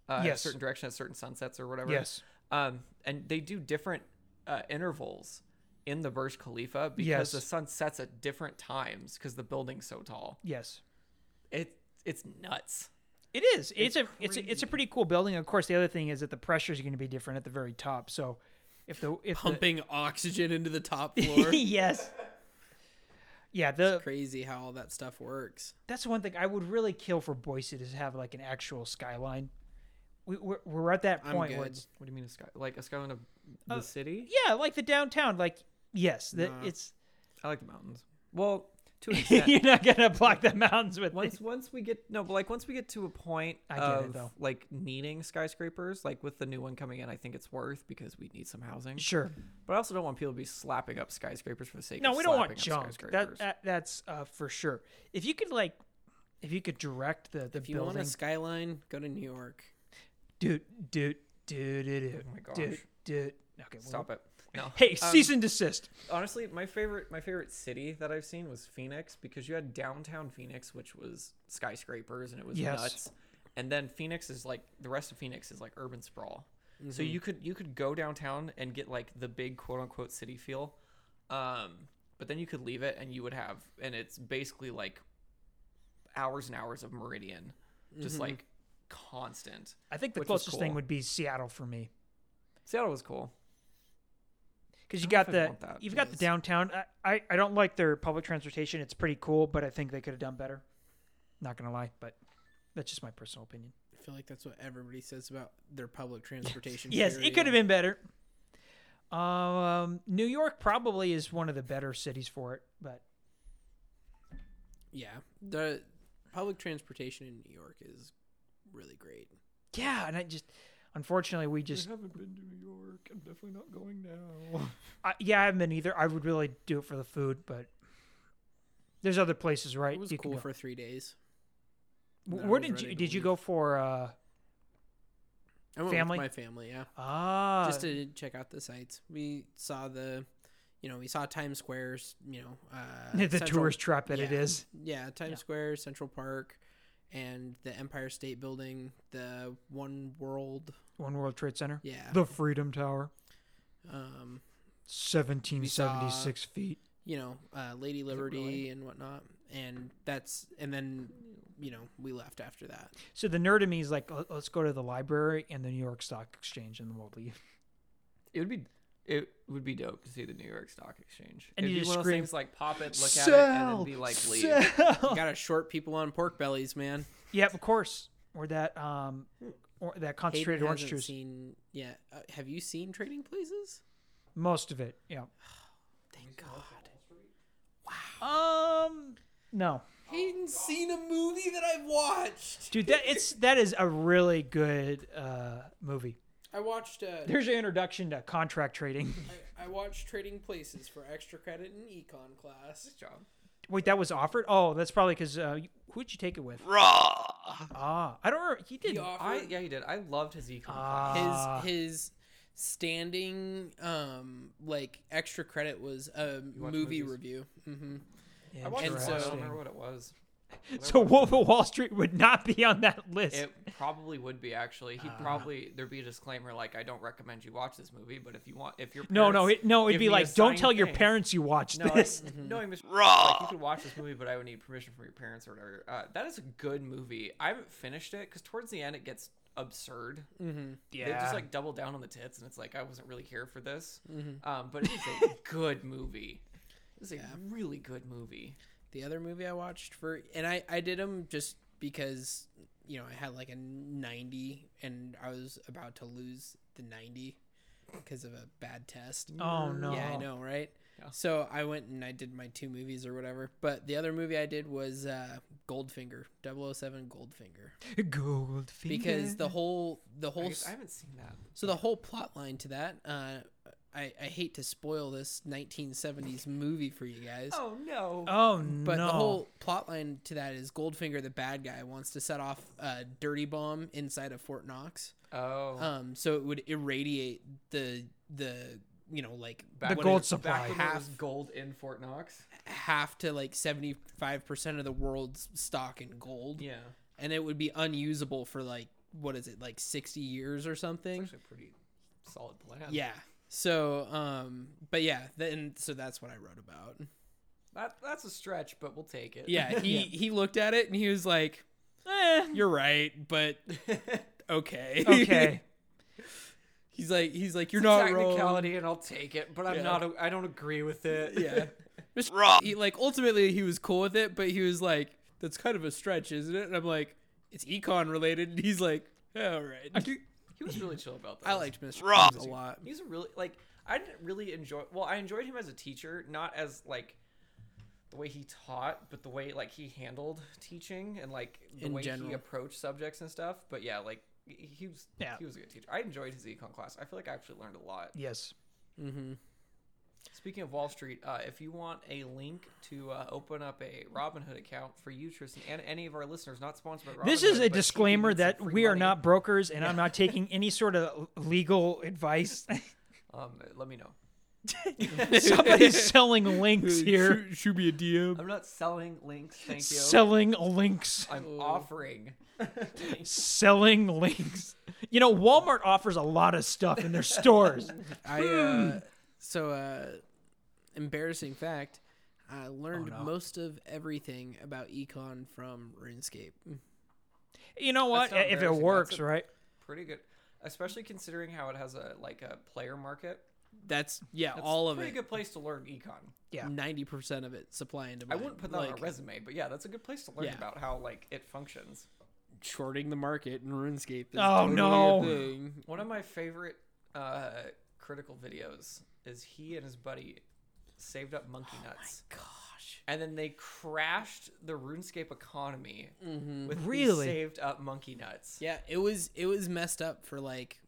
Speaker 3: uh,
Speaker 2: Yes.
Speaker 3: a certain direction at certain sunsets or whatever
Speaker 2: Yes.
Speaker 3: um, and they do different uh, intervals in the Burj Khalifa because
Speaker 2: Yes.
Speaker 3: the sun sets at different times because the building's so tall.
Speaker 2: Yes.
Speaker 3: It it's nuts.
Speaker 2: It is. It's, a it's a, it's a pretty cool building. Of course, the other thing is that the pressure is going to be different at the very top. So, if the if
Speaker 1: pumping oxygen into the top floor?
Speaker 2: the, yes, yeah, the
Speaker 1: Crazy how all that stuff works.
Speaker 2: that's one thing I would really kill for Boise to have like an actual skyline. We we're, we're at that
Speaker 1: I'm
Speaker 2: point where
Speaker 1: good.
Speaker 2: it's
Speaker 3: What do you mean a sky like a skyline of the city?
Speaker 2: Uh, yeah, like the downtown. Like yes, the,
Speaker 1: Nah.
Speaker 2: it's
Speaker 3: I like the mountains. Well, to an extent.
Speaker 2: you're not gonna block the mountains with
Speaker 3: once
Speaker 2: it.
Speaker 3: once we get no, but like once we get to a point
Speaker 2: I get it,
Speaker 3: of
Speaker 2: though.
Speaker 3: like needing skyscrapers, like with the new one coming in, I think it's worth because we need some housing.
Speaker 2: Sure.
Speaker 3: But I also don't want people to be slapping up skyscrapers for the sake
Speaker 2: No,
Speaker 3: of
Speaker 2: we don't
Speaker 3: slapping
Speaker 2: want
Speaker 3: up
Speaker 2: junk. That,
Speaker 3: skyscrapers.
Speaker 2: that that's uh, for sure. If you could like, if you could direct the the
Speaker 1: If you
Speaker 2: building,
Speaker 1: want a skyline, go to New York.
Speaker 2: dude, dude, dude, dude,
Speaker 3: Oh my gosh.
Speaker 2: dude, dude. Okay, well,
Speaker 3: Stop it. No.
Speaker 2: Hey,
Speaker 3: Um,
Speaker 2: cease and desist.
Speaker 3: honestly my favorite my favorite city that i've seen was phoenix because you had downtown phoenix which was skyscrapers and it was
Speaker 2: Yes.
Speaker 3: nuts and then phoenix is like the rest of phoenix is like urban sprawl so you could you could go downtown and get like the big quote unquote city feel um but then you could leave it and you would have and it's basically like hours and hours of meridian just like constant
Speaker 2: I think the
Speaker 3: which was
Speaker 2: closest thing
Speaker 3: cool.
Speaker 2: would be Seattle for me
Speaker 3: seattle was cool
Speaker 2: because you
Speaker 3: I
Speaker 2: got
Speaker 3: don't know if I'd
Speaker 2: the
Speaker 3: want that,
Speaker 2: you've got the
Speaker 3: because-
Speaker 2: downtown. I, I I don't like their public transportation. It's pretty cool, but I think they could have done better. Not gonna lie, but that's just my personal opinion.
Speaker 1: I feel like that's what everybody says about their public transportation.
Speaker 2: Yes, it
Speaker 1: period.
Speaker 2: could have been better. Um, New York probably is one of the better cities for it, but
Speaker 1: Yeah, the public transportation in New York is really great.
Speaker 2: yeah, and I just unfortunately we just
Speaker 3: haven't been to new york i'm definitely not going now
Speaker 2: I, yeah, I haven't been either. I would really do it for the food, but there's other places, right?
Speaker 1: It was
Speaker 2: you can
Speaker 1: cool
Speaker 2: go.
Speaker 1: for three days.
Speaker 2: W-
Speaker 1: I
Speaker 2: Where
Speaker 1: was
Speaker 2: did
Speaker 1: ready
Speaker 2: you
Speaker 1: to
Speaker 2: did you
Speaker 1: leave.
Speaker 2: go for? uh
Speaker 1: I went
Speaker 2: Family?
Speaker 1: with my family. Yeah,
Speaker 2: Ah,
Speaker 1: just uh, to check out the sites. We saw the, you know, we saw Times Square's, you know, uh,
Speaker 2: the
Speaker 1: Central-
Speaker 2: tourist trap that it
Speaker 1: yeah.
Speaker 2: is.
Speaker 1: Yeah, Times
Speaker 2: Yeah.
Speaker 1: Square, Central Park, and the Empire State Building, the One World.
Speaker 2: One World Trade Center,
Speaker 1: Yeah.
Speaker 2: the Freedom Tower,
Speaker 1: um,
Speaker 2: seventeen seventy six feet.
Speaker 1: you know, uh, Lady Liberty
Speaker 3: really?
Speaker 1: and whatnot, and that's and then, you know, we left after that.
Speaker 2: So the nerd in me is like, "Let- let's go to the library and the New York Stock Exchange, and then we'll leave.
Speaker 3: It would be it would be dope to see the New York Stock Exchange.
Speaker 2: And
Speaker 3: It'd
Speaker 2: you
Speaker 3: be
Speaker 2: just
Speaker 3: one of those
Speaker 2: scream,
Speaker 3: things like pop it, look at it, and
Speaker 2: Sell!
Speaker 3: then be like leave.
Speaker 2: Sell!
Speaker 1: Got to short people on pork bellies, man.
Speaker 2: yep, of course. Or that um, or that
Speaker 1: Hayden
Speaker 2: concentrated orange
Speaker 1: hasn't
Speaker 2: juice.
Speaker 1: Seen, yeah, uh, have you seen Trading Places?
Speaker 2: Most of it, yeah.
Speaker 1: Thank God.
Speaker 2: Um, No,
Speaker 1: Hayden seen a movie that I've watched.
Speaker 2: dude, that it's that is a really good uh, movie.
Speaker 1: I watched. Uh,
Speaker 2: There's your introduction to contract trading.
Speaker 1: I, I watched Trading Places for extra credit in econ class.
Speaker 3: John.
Speaker 2: Wait, that was offered? Oh, that's probably because uh, you- who'd you take it with?
Speaker 4: Raw.
Speaker 2: Ah, I don't. remember. He did.
Speaker 1: He
Speaker 2: not
Speaker 3: I
Speaker 1: offered
Speaker 3: yeah, you did. I loved his econ class.
Speaker 2: Ah.
Speaker 1: his his standing um like extra credit was a
Speaker 3: watch
Speaker 1: movie
Speaker 3: movies?
Speaker 1: review. hmm
Speaker 3: I watched
Speaker 1: and
Speaker 3: it. I don't
Speaker 1: so-
Speaker 3: remember what it was.
Speaker 2: So Wolf of Wall Street would not be on that list.
Speaker 3: It probably would be actually.
Speaker 2: Ah.
Speaker 3: He'd probably there'd be a disclaimer like I don't recommend you watch this movie, but if you want, if your
Speaker 2: no, no,
Speaker 3: parents
Speaker 2: it, no. It'd
Speaker 3: give
Speaker 2: be
Speaker 3: me a
Speaker 2: like, don't
Speaker 3: signed
Speaker 2: tell your
Speaker 3: thing-
Speaker 2: parents you watched
Speaker 3: No, I,
Speaker 2: this.
Speaker 3: no, I mis-
Speaker 4: Raw.
Speaker 3: Like, you could watch this movie, but I would need permission from your parents or whatever. Uh, that is a good movie. I haven't finished it because towards the end it gets absurd. They just like double down on the tits, and it's like I wasn't really here for this.
Speaker 1: Mm-hmm.
Speaker 3: Um, but it is a good movie. It's a really good movie.
Speaker 1: The other movie I watched for and I I did them just because you know I had like a ninety and I was about to lose the ninety because of a bad test.
Speaker 2: oh no.
Speaker 1: Yeah, I know, right?
Speaker 3: Yeah.
Speaker 1: So I went and I did my two movies or whatever. But the other movie I did was uh, Goldfinger, 007 Goldfinger,
Speaker 2: Goldfinger.
Speaker 1: because the whole the
Speaker 3: I,
Speaker 1: whole
Speaker 3: guess
Speaker 1: s-
Speaker 3: I haven't seen that.
Speaker 1: so the whole plot line to that. Uh, I I hate to spoil this 1970s movie for you guys.
Speaker 3: Oh no!
Speaker 2: oh
Speaker 1: But
Speaker 2: no.
Speaker 1: the whole plot line to that is Goldfinger, the bad guy, wants to set off a dirty bomb inside of Fort Knox.
Speaker 3: Oh,
Speaker 1: Um, so it would irradiate the the you know like
Speaker 2: the
Speaker 1: what
Speaker 2: gold
Speaker 1: it-
Speaker 2: supply.
Speaker 3: back when there was
Speaker 1: half-
Speaker 3: gold in Fort Knox.
Speaker 1: half to like 75% of the world's stock in gold
Speaker 3: Yeah,
Speaker 1: and it would be unusable for like what is it like 60 years or something
Speaker 3: actually, a pretty solid plan.
Speaker 1: yeah so um but yeah then so that's what i wrote about
Speaker 3: that that's a stretch, but we'll take it.
Speaker 1: yeah he he looked at it and he was like
Speaker 2: Eh,
Speaker 1: you're right but okay
Speaker 2: okay.
Speaker 1: he's like he's like you're
Speaker 3: It's a
Speaker 1: not wrong
Speaker 3: technicality, and I'll take it, but I'm
Speaker 1: Yeah.
Speaker 3: not. A, I don't agree with it.
Speaker 1: yeah
Speaker 4: Raw.
Speaker 1: he like ultimately he was cool with it but he was like that's kind of a stretch isn't it and i'm like it's econ related and he's like yeah, all right
Speaker 3: he was really chill about that.
Speaker 1: I liked Mr.
Speaker 4: Raw.
Speaker 1: Krabs a lot.
Speaker 3: He's a really like I didn't really enjoy. Well, I enjoyed him as a teacher, not as like the way he taught, but the way like he handled teaching and like the
Speaker 1: In
Speaker 3: way
Speaker 1: general.
Speaker 3: he approached subjects and stuff. But yeah, like he he was
Speaker 2: Yeah.
Speaker 3: he was a good teacher. I enjoyed his econ class. I feel like I actually learned a lot.
Speaker 2: Yes.
Speaker 3: Speaking of Wall Street, uh, if you want a link to uh, open up a Robinhood account for you, Tristan, and any of our listeners not sponsored by Robinhood,
Speaker 2: This is
Speaker 3: but
Speaker 2: a
Speaker 3: if you
Speaker 2: disclaimer
Speaker 3: need some
Speaker 2: that
Speaker 3: free
Speaker 2: we are
Speaker 3: money,
Speaker 2: not brokers, and I'm not taking any sort of legal advice.
Speaker 3: Um, let me know.
Speaker 2: Somebody's selling links here.
Speaker 1: Should, should be a DM.
Speaker 3: I'm not selling links. Thank you.
Speaker 2: Selling links.
Speaker 3: I'm offering.
Speaker 2: Selling links. You know, Walmart offers a lot of stuff in their stores.
Speaker 1: I uh, so uh, embarrassing fact. I learned
Speaker 2: no.
Speaker 1: most of everything about econ from RuneScape.
Speaker 2: You know what?
Speaker 3: That's not
Speaker 2: If it
Speaker 3: embarrassing. That's
Speaker 2: works,
Speaker 3: a-
Speaker 2: right?
Speaker 3: Pretty good, especially considering how it has a like a player market.
Speaker 1: That's yeah,
Speaker 3: That's
Speaker 1: all
Speaker 3: a
Speaker 1: of
Speaker 3: pretty
Speaker 1: it.
Speaker 3: good place to learn econ.
Speaker 2: Yeah.
Speaker 1: Ninety percent of it supply and
Speaker 3: I
Speaker 1: demand.
Speaker 3: wouldn't put that on
Speaker 1: Like,
Speaker 3: a resume, but yeah, that's a good place to learn
Speaker 1: Yeah.
Speaker 3: about how like it functions.
Speaker 1: Shorting the market in RuneScape. Is
Speaker 2: Oh,
Speaker 1: totally a
Speaker 2: no.
Speaker 1: thing.
Speaker 3: One of my favorite uh, critical videos is he and his buddy saved up monkey
Speaker 1: Oh
Speaker 3: nuts.
Speaker 1: Gosh.
Speaker 3: and then they crashed the RuneScape economy
Speaker 1: Mm-hmm.
Speaker 3: with these
Speaker 2: Really?
Speaker 3: saved up monkey nuts.
Speaker 1: Yeah, it was it was messed up for like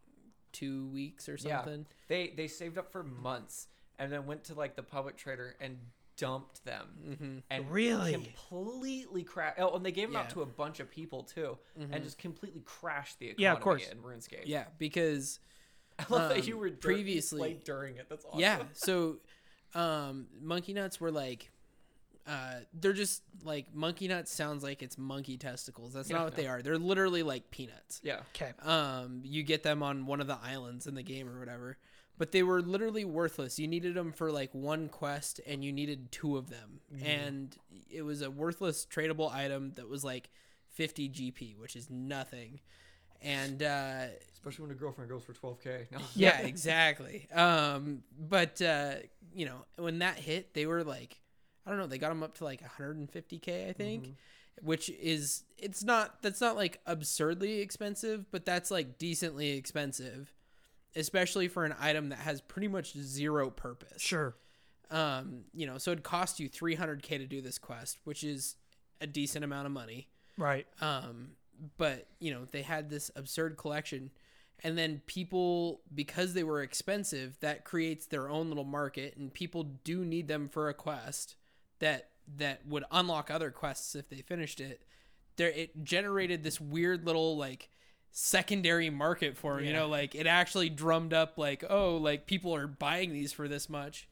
Speaker 1: two weeks or something.
Speaker 3: They they saved up for months and then went to like the public trader and dumped them
Speaker 1: Mm-hmm.
Speaker 3: and
Speaker 2: Really?
Speaker 3: completely crashed. Oh, and they gave them
Speaker 1: Yeah.
Speaker 3: out to a bunch of people too, and just completely crashed the economy
Speaker 2: Yeah, of course.
Speaker 3: in RuneScape.
Speaker 1: Mm-hmm. Yeah, because
Speaker 3: I love that
Speaker 1: Um,
Speaker 3: you were dur-
Speaker 1: previously-
Speaker 3: like, during it. That's awesome.
Speaker 1: yeah so um monkey nuts were like uh they're just like monkey nuts sounds like it's monkey testicles that's not what they are they're literally like peanuts
Speaker 3: yeah.
Speaker 2: Okay.
Speaker 1: um you get them on one of the islands in the game or whatever but they were literally worthless you needed them for like one quest and you needed two of them and it was a worthless tradable item that was like 50 gp which is nothing and uh
Speaker 3: Especially when a girlfriend goes for 12k. No.
Speaker 1: yeah, exactly. Um, but uh, you know, when that hit, they were like, I don't know, they got them up to like 150k, I think, which is it's not that's not like absurdly expensive, but that's like decently expensive, especially for an item that has pretty much zero purpose.
Speaker 2: Sure.
Speaker 1: Um, you know, so it cost you 300k to do this quest, which is a decent amount of money.
Speaker 2: Right.
Speaker 1: Um, but you know, they had this absurd collection, and then people because they were expensive, that creates their own little market, and people do need them for a quest that that would unlock other quests if they finished it. There, it generated this weird little like secondary market for 'em, you
Speaker 2: Yeah.
Speaker 1: know like it actually drummed up like oh like people are buying these for this much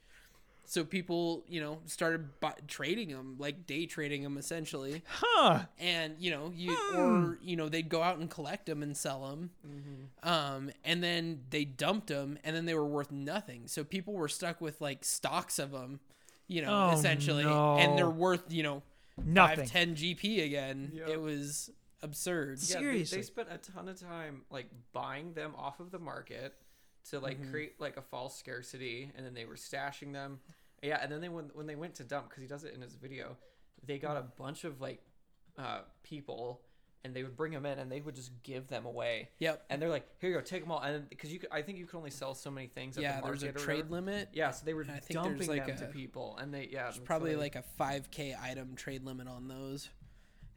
Speaker 1: so people you know started bu- trading them like day trading them essentially
Speaker 2: Huh.
Speaker 1: and you know you or
Speaker 2: Hmm.
Speaker 1: you know they'd go out and collect them and sell them
Speaker 2: Mm-hmm.
Speaker 1: um, and then they dumped them and then they were worth nothing so people were stuck with like stocks of them you know
Speaker 2: Oh,
Speaker 1: essentially
Speaker 2: no.
Speaker 1: and they're worth you know
Speaker 2: Nothing.
Speaker 1: 5 10 gp again
Speaker 3: Yep.
Speaker 1: it was absurd
Speaker 3: Yeah, they-
Speaker 2: Seriously.
Speaker 3: they, spent a ton of time like buying them off of the market to like
Speaker 1: Mm-hmm.
Speaker 3: create like a false scarcity, and then they were stashing them. Yeah, and then they when when they went to dump because he does it in his video, they got
Speaker 1: Mm.
Speaker 3: a bunch of like uh, people, and they would bring them in, and they would just give them away.
Speaker 1: Yep.
Speaker 3: And they're like, "Here you go, take them all," and because you could, I think you could only sell so many things. at
Speaker 1: yeah
Speaker 3: the
Speaker 1: there's a
Speaker 3: market or
Speaker 1: trade
Speaker 3: whatever.
Speaker 1: limit
Speaker 3: Yeah, so they were
Speaker 1: I think there's,
Speaker 3: dumping
Speaker 1: like,
Speaker 3: them to
Speaker 1: a-
Speaker 3: people, and they yeah,
Speaker 1: There's probably like a 5k item trade limit on those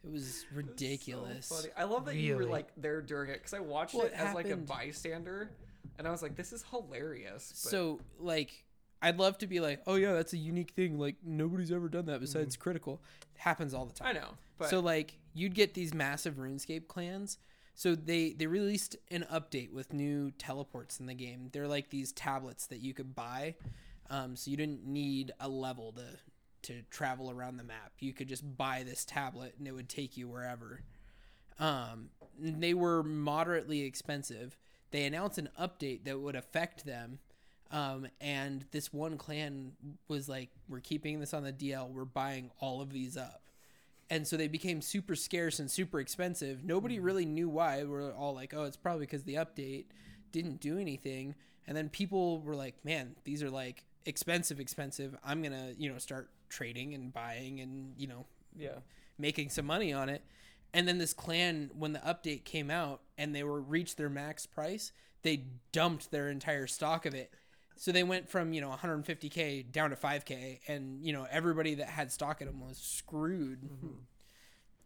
Speaker 1: it was ridiculous
Speaker 3: So funny. I love that you were
Speaker 2: Really?
Speaker 3: like there during it because I watched
Speaker 1: Well,
Speaker 3: it,
Speaker 1: it
Speaker 3: as like a
Speaker 1: happened-
Speaker 3: bystander, and I was like, "This is hilarious." But
Speaker 1: so like i'd love to be like oh yeah that's a unique thing like nobody's ever done that besides critical it happens all the time
Speaker 3: Mhm. I know, but
Speaker 1: so like you'd get these massive RuneScape clans. So they they released an update with new teleports in the game. They're like these tablets that you could buy. Um, so you didn't need a level to to travel around the map. You could just buy this tablet and it would take you wherever. Um, and they were moderately expensive. They announced an update that would affect them. Um, and this one clan was like, "We're keeping this on the DL. We're buying all of these up." and so they became super scarce and super expensive. Nobody really knew why. We are all like, "Oh, it's probably because the update didn't do anything." And then people were like, "Man, these are like expensive, expensive. I'm gonna, you know, start trading and buying and you know,
Speaker 3: yeah,
Speaker 1: making some money on it." And then this clan, when the update came out and they were reached their max price, they dumped their entire stock of it. So they went from you know 150k down to 5k, and you know everybody that had stock in them was screwed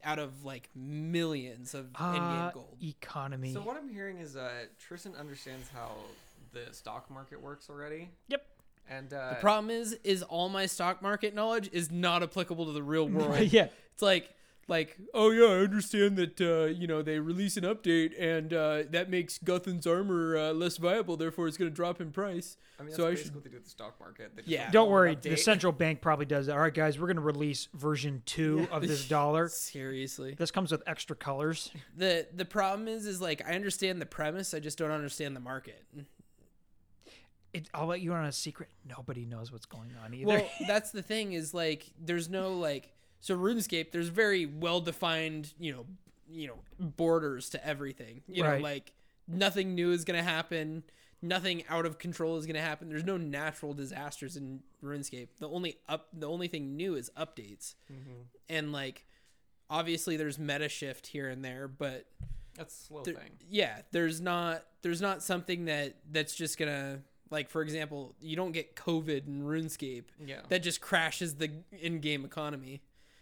Speaker 1: out of like millions of
Speaker 2: Ah,
Speaker 1: in-game gold.
Speaker 2: economy.
Speaker 3: So what I'm hearing is uh, Tristan understands how the stock market works already,
Speaker 2: yep.
Speaker 3: and
Speaker 1: The
Speaker 3: uh,
Speaker 1: problem is, is all my stock market knowledge is not applicable to the real world.
Speaker 2: yeah.
Speaker 1: It's like like oh yeah, I understand that uh, you know they release an update and uh, that makes Guthan's armor uh, less viable, therefore it's going to drop in price.
Speaker 3: I mean, that's
Speaker 1: so I
Speaker 3: basically
Speaker 1: should
Speaker 3: what they do with the stock market. They just
Speaker 1: Yeah.
Speaker 2: Don't
Speaker 3: call it
Speaker 2: worry.
Speaker 3: an
Speaker 2: The
Speaker 3: update.
Speaker 2: central bank probably does that. All right, guys, we're going to release version two of this dollar.
Speaker 1: seriously.
Speaker 2: This comes with extra colors.
Speaker 1: the The problem is, is like I understand the premise, I just don't understand the market.
Speaker 2: It, I'll let you in on a secret. Nobody knows what's going on either.
Speaker 1: Well, that's the thing is like there's no like so RuneScape. There's very well defined you know you know borders to everything. You
Speaker 2: Right.
Speaker 1: know like nothing new is gonna happen. Nothing out of control is gonna happen. There's no natural disasters in RuneScape. The only up the only thing new is updates, and like obviously there's meta shift here and there, but
Speaker 3: That's a slow
Speaker 1: there-
Speaker 3: thing.
Speaker 1: yeah there's not there's not something that that's just gonna like for example you don't get covid in runescape
Speaker 3: Yeah.
Speaker 1: that just crashes the in-game economy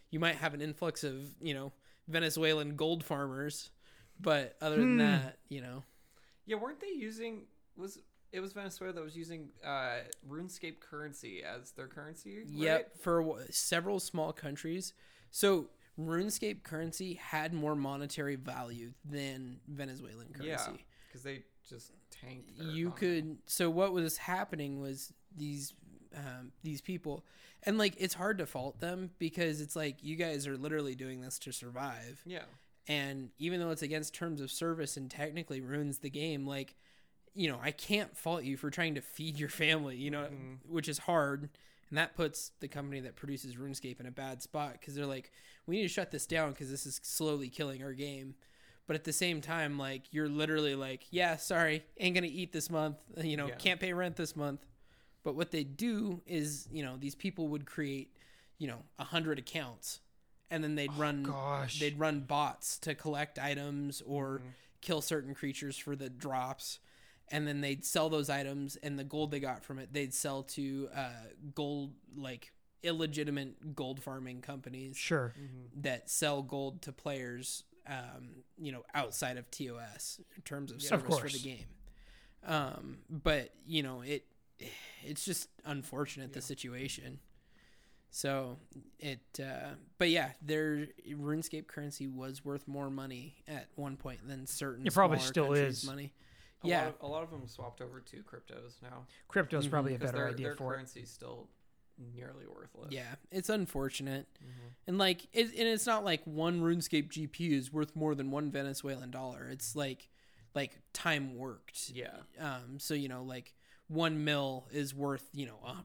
Speaker 1: you might have an influx of you know venezuelan gold farmers but other
Speaker 3: Hmm.
Speaker 1: than that you know
Speaker 3: Yeah, weren't they using was it was Venezuela that was using uh, RuneScape currency as their currency? right?
Speaker 1: Yep, for wh- several small countries. So RuneScape currency had more monetary value than Venezuelan currency.
Speaker 3: Yeah, because they just tanked. Their
Speaker 1: you
Speaker 3: economy.
Speaker 1: could so what was happening was these um, these people and like it's hard to fault them because it's like you guys are literally doing this to survive
Speaker 3: Yeah.
Speaker 1: and even though it's against terms of service and technically ruins the game like you know i can't fault you for trying to feed your family you know which is hard and that puts the company that produces runescape in a bad spot because they're like we need to shut this down because this is slowly killing our game but at the same time like you're literally like yeah sorry ain't gonna eat this month you know
Speaker 3: Yeah.
Speaker 1: can't pay rent this month but what they do is you know these people would create you know a hundred accounts and then they'd run
Speaker 2: gosh.
Speaker 1: they'd run bots to collect items or kill certain creatures for the drops and then they'd sell those items and the gold they got from it they'd sell to uh, gold like illegitimate gold farming companies
Speaker 2: Sure.
Speaker 3: mm-hmm.
Speaker 1: that sell gold to players, um, you know, outside of TOS in terms of
Speaker 2: Yeah. Of
Speaker 1: service for the
Speaker 2: course.
Speaker 1: game. Um, but you know, it it's just unfortunate the situation. So it, uh, but yeah, their RuneScape currency was worth more money at one point than certain.
Speaker 2: It probably
Speaker 1: smaller
Speaker 2: still
Speaker 1: countries'
Speaker 2: is.
Speaker 1: money.
Speaker 3: A
Speaker 1: yeah,
Speaker 3: lot of, a lot of them swapped over to cryptos now
Speaker 2: Crypto is probably a
Speaker 3: because
Speaker 2: better
Speaker 3: their,
Speaker 2: idea
Speaker 3: their
Speaker 2: for it.
Speaker 3: currency is still nearly worthless.
Speaker 1: yeah, it's unfortunate, and like, it, and it's not like one RuneScape GPU is worth more than one Venezuelan dollar. It's like, like time worked.
Speaker 3: yeah.
Speaker 1: Um, so you know, like one mil is worth you know, uh,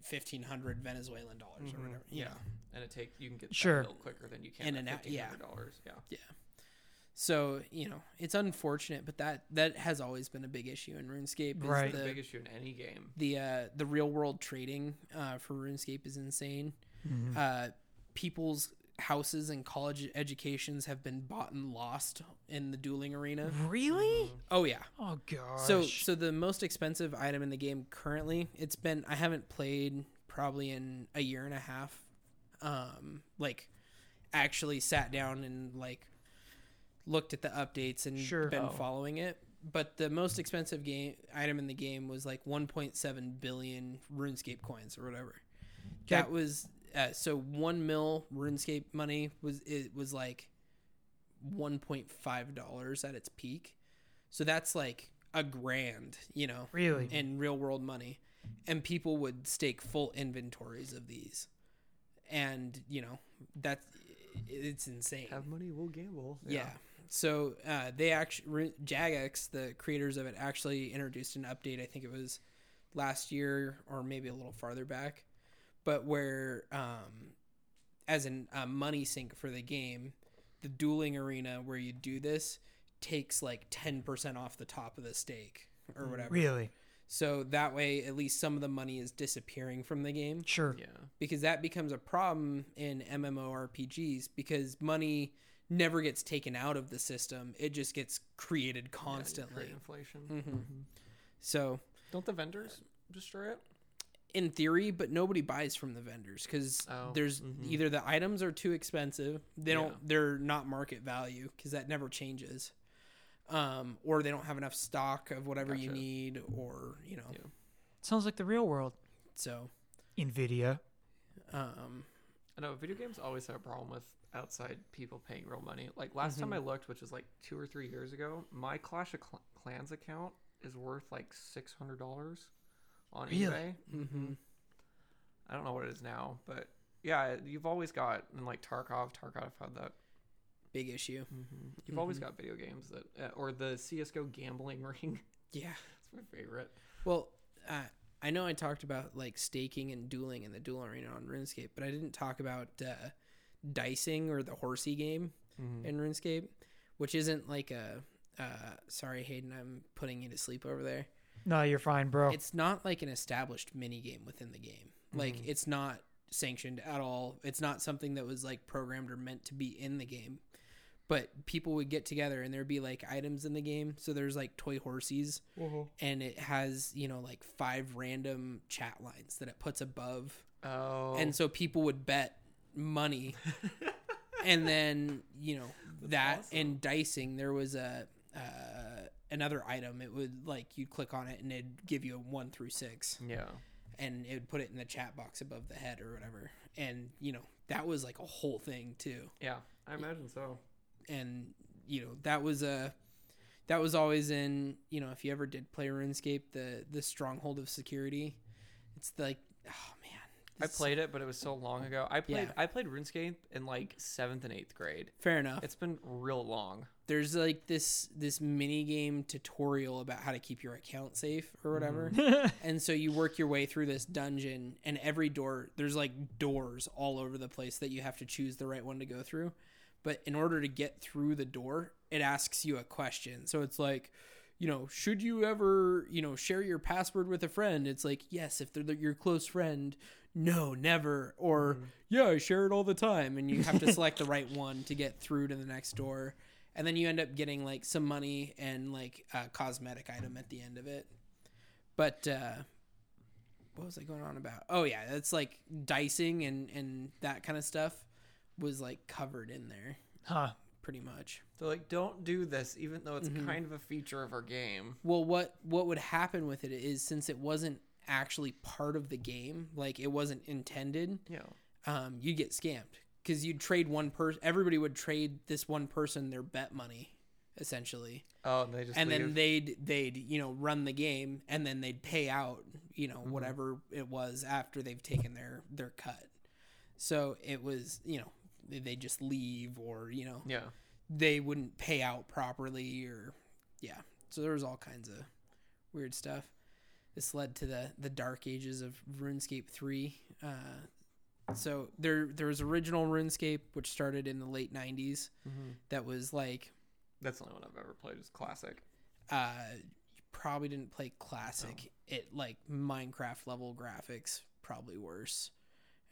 Speaker 1: fifteen hundred Venezuelan dollars or whatever. Yeah.
Speaker 3: Mm-hmm. Yeah. And it take you can get
Speaker 2: Sure.
Speaker 3: sure quicker than you can
Speaker 1: In
Speaker 3: at
Speaker 1: and out, yeah.
Speaker 3: $1,500. Yeah.
Speaker 1: So you know, it's unfortunate, but that that has always been a big issue in RuneScape. Is
Speaker 2: Right.
Speaker 3: The big
Speaker 1: The
Speaker 3: issue in any game.
Speaker 1: the, uh, the real world trading uh, for RuneScape is insane. Uh, people's houses and college educations have been bought and lost in the dueling arena.
Speaker 2: Really?
Speaker 1: Oh yeah.
Speaker 2: Oh gosh.
Speaker 1: So so the most expensive item in the game currently, it's been I haven't played probably in a year and a half. Um like actually sat down and like looked at the updates and
Speaker 2: Sure.
Speaker 1: been
Speaker 2: Oh.
Speaker 1: following it. But the most expensive game item in the game was like 1.7 billion RuneScape coins or whatever. That
Speaker 2: Okay.
Speaker 1: was uh, so one mil RuneScape money was it was like 1.5 dollars at its peak. So that's like a grand, you know,
Speaker 2: really?
Speaker 1: in real world money. And people would stake full inventories of these. And, you know, that's it's insane.
Speaker 3: money, we'll gamble.
Speaker 1: yeah. So uh, they actually, Jagex, the creators of it, actually introduced an update. I think it was last year or maybe a little farther back, but where, um, as an, a money sink for the game, the dueling arena where you do this takes like 10% off the top of the stake or whatever.
Speaker 2: Really?
Speaker 1: So that way, at least some of the money is disappearing from the game
Speaker 2: Sure.
Speaker 3: Yeah.
Speaker 1: because that becomes a problem in MMORPGs because money never gets taken out of the system, it just gets created
Speaker 3: Create
Speaker 1: constantly.
Speaker 3: inflation.
Speaker 1: hmm So,
Speaker 3: Don't the vendors destroy it?
Speaker 1: in theory, but nobody buys from the vendors because
Speaker 3: Oh,
Speaker 1: there's
Speaker 3: mhm.
Speaker 1: either the items are too expensive, they
Speaker 3: Yeah.
Speaker 1: don't, they're not market value because that never changes, um, or they don't have enough stock of whatever you
Speaker 3: Gotcha.
Speaker 1: need, or you know,
Speaker 3: Yeah.
Speaker 2: Sounds like the real world.
Speaker 1: so.
Speaker 2: Nvidia.
Speaker 1: Um,
Speaker 3: I know video games always have a problem with outside people paying real money. Like last
Speaker 1: Mm-hmm.
Speaker 3: time I looked, which was like two or three years ago, my Clash of Cl- Clans account is worth like six hundred dollars on
Speaker 2: Really?
Speaker 3: eBay. Mm-hmm.
Speaker 1: mhm.
Speaker 3: I don't know what it is now, but yeah, you've always got and like Tarkov. Tarkov had that.
Speaker 1: big issue.
Speaker 3: You've always
Speaker 1: Mm-hmm.
Speaker 3: got video games that, uh, or the CS:GO gambling ring.
Speaker 1: Yeah.
Speaker 3: That's my favorite.
Speaker 1: Well, uh, I know I talked about like staking and dueling in the duel arena on RuneScape, but I didn't talk about uh, dicing or the horsey game
Speaker 3: Mm-hmm.
Speaker 1: in RuneScape, which isn't like a. Uh, sorry, Hayden, I'm putting you to sleep over there.
Speaker 2: No, you're fine, bro.
Speaker 1: It's not like an established mini game within the game. Like it's not sanctioned at all. It's not something that was like programmed or meant to be in the game. But people would get together and there'd be like items in the game. So there's like toy horsies and it has you know like five random chat lines that it puts above
Speaker 3: Oh,
Speaker 1: and so people would bet money and then you know that and dicing there was a uh, another item it would like you'd click on it and it'd give you a one through six
Speaker 3: yeah,
Speaker 1: and it would put it in the chat box above the head or whatever and you know that was like a whole thing too
Speaker 3: yeah. I imagine so.
Speaker 1: and you know that was a that was always in you know if you ever did play RuneScape the the stronghold of security it's like oh man
Speaker 3: I
Speaker 1: It's-
Speaker 3: played it, but it was so long ago. I played
Speaker 1: Yeah.
Speaker 3: I played RuneScape in like seventh and eighth grade.
Speaker 1: fair enough
Speaker 3: It's been real long.
Speaker 1: there's like this this mini game tutorial about how to keep your account safe or whatever and so you work your way through this dungeon and every door there's like doors all over the place that you have to choose the right one to go through but in order to get through the door it asks you a question so it's like you know should you ever you know share your password with a friend it's like yes if they're the- your close friend no never or yeah i share it all the time and you have to select the right one to get through to the next door and then you end up getting like some money and like a cosmetic item at the end of it. But uh, what was I going on about? Oh yeah, that's like dicing and and that kind of stuff was like covered in there
Speaker 2: Huh.
Speaker 1: pretty much.
Speaker 3: They're like, don't do this, even though it's
Speaker 1: Mm-hmm.
Speaker 3: kind of a feature of our game.
Speaker 1: Well, what what would happen with it is since it wasn't actually part of the game, like it wasn't intended,
Speaker 3: Yeah.
Speaker 1: um, you'd get scammed because you'd trade one person. Everybody would trade this one person their bet money, essentially,
Speaker 3: Oh, and they just
Speaker 1: and then
Speaker 3: leave.
Speaker 1: they'd they'd you know run the game and then they'd pay out you
Speaker 3: Mm-hmm.
Speaker 1: know whatever it was after they've taken their their cut. So it was you know they- they just leave or you know
Speaker 3: yeah.
Speaker 1: they wouldn't pay out properly or yeah so there was all kinds of weird stuff this led to the the dark ages of runescape 3 uh, so there there was original runescape which started in the late 90s that was like
Speaker 3: That's the only one I've ever played. Is classic.
Speaker 1: uh you probably didn't play classic it like minecraft level graphics probably worse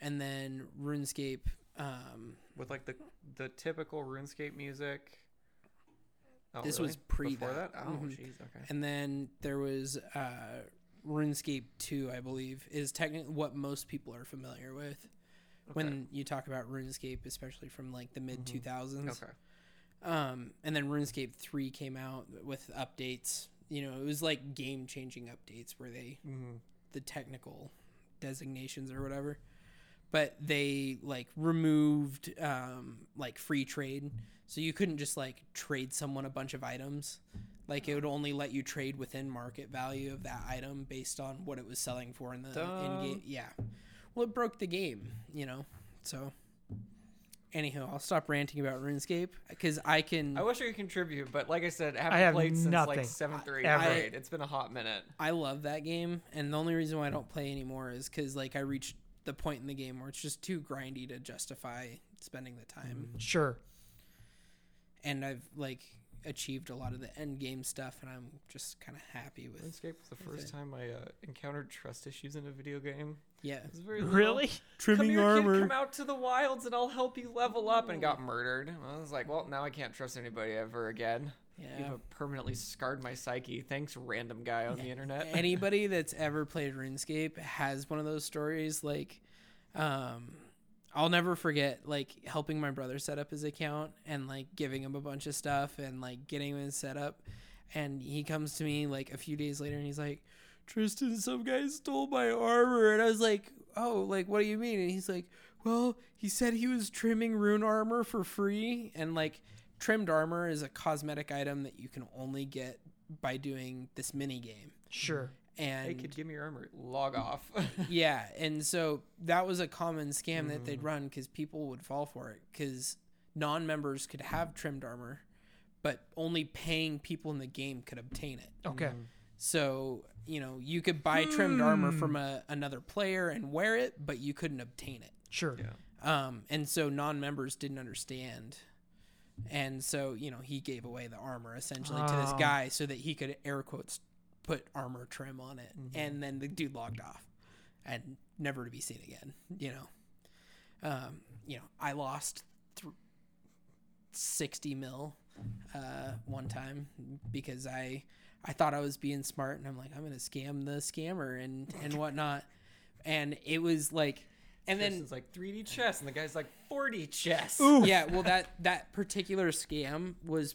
Speaker 1: and then runescape um
Speaker 3: with like the the typical RuneScape music. Oh,
Speaker 1: This was pre
Speaker 3: Before
Speaker 1: that.
Speaker 3: that. Oh,
Speaker 1: Mhm.
Speaker 3: jeez. Okay.
Speaker 1: And then there was uh, RuneScape 2, I believe, is technically what most people are familiar with when you talk about RuneScape, especially from like the mid 2000s.
Speaker 3: Okay.
Speaker 1: Um, and then RuneScape 3 came out with updates. You know, it was like game changing updates where they,
Speaker 3: Mm-hmm.
Speaker 1: the technical designations or whatever. But they like removed um, like free trade. So you couldn't just like trade someone a bunch of items. Like it would only let you trade within market value of that item based on what it was selling for in the in game.
Speaker 3: Dumb.
Speaker 1: Yeah. Well, it broke the game, you know? So. Anyhow, I'll stop ranting about RuneScape because I can.
Speaker 3: I wish I could contribute, but like I said, I haven't
Speaker 2: have
Speaker 3: played since
Speaker 2: nothing.
Speaker 3: like seventh or eighth
Speaker 2: Ever.
Speaker 3: grade. It's been a hot minute.
Speaker 1: I love that game, and the only reason why I don't play anymore is because like I reached the point in the game where it's just too grindy to justify spending the time,
Speaker 2: Sure.
Speaker 1: and I've like achieved a lot of the end game stuff, and I'm just kind of happy with
Speaker 3: RuneScape was the first time I uh, encountered trust issues in a video game.
Speaker 1: yeah.
Speaker 3: It was very little.
Speaker 2: Really?
Speaker 3: Come here, kid. Come out to the wilds, and I'll help you level up. And got murdered. I was like, well, now I can't trust anybody ever again. You
Speaker 1: Yeah.
Speaker 3: have permanently scarred my psyche. Thanks, random guy on the internet.
Speaker 1: Anybody that's ever played RuneScape has one of those stories. Like, um, I'll never forget like helping my brother set up his account and like giving him a bunch of stuff and like getting him set up. And he comes to me like a few days later and he's like, Tristan, some guy stole my armor. And I was like, oh, like, what do you mean? And he's like, well, he said he was trimming rune armor for free. And like, trimmed armor is a cosmetic item that you can only get by doing this mini game.
Speaker 2: Sure.
Speaker 1: And
Speaker 3: Hey, kid, give me your armor. Log off.
Speaker 1: yeah, and so that was a common scam that they'd run because people would fall for it because non-members could have trimmed armor, but only paying people in the game could obtain it.
Speaker 2: Okay.
Speaker 1: So you know you could buy trimmed armor from a, another player and wear it, but you couldn't obtain it.
Speaker 2: Sure.
Speaker 1: Um, and so non-members didn't understand, and so you know he gave away the armor essentially to this
Speaker 2: Oh.
Speaker 1: guy so that he could air quotes put armor trim on it, and then the dude logged off, and never to be seen again. You know, um, you know I lost th- sixty mil uh, one time because I I thought I was being smart, and I'm like I'm gonna scam the scammer and and whatnot, and it was like. And then
Speaker 3: It's like 3D chess, and the guy's like 4D chess.
Speaker 1: yeah well that that particular scam was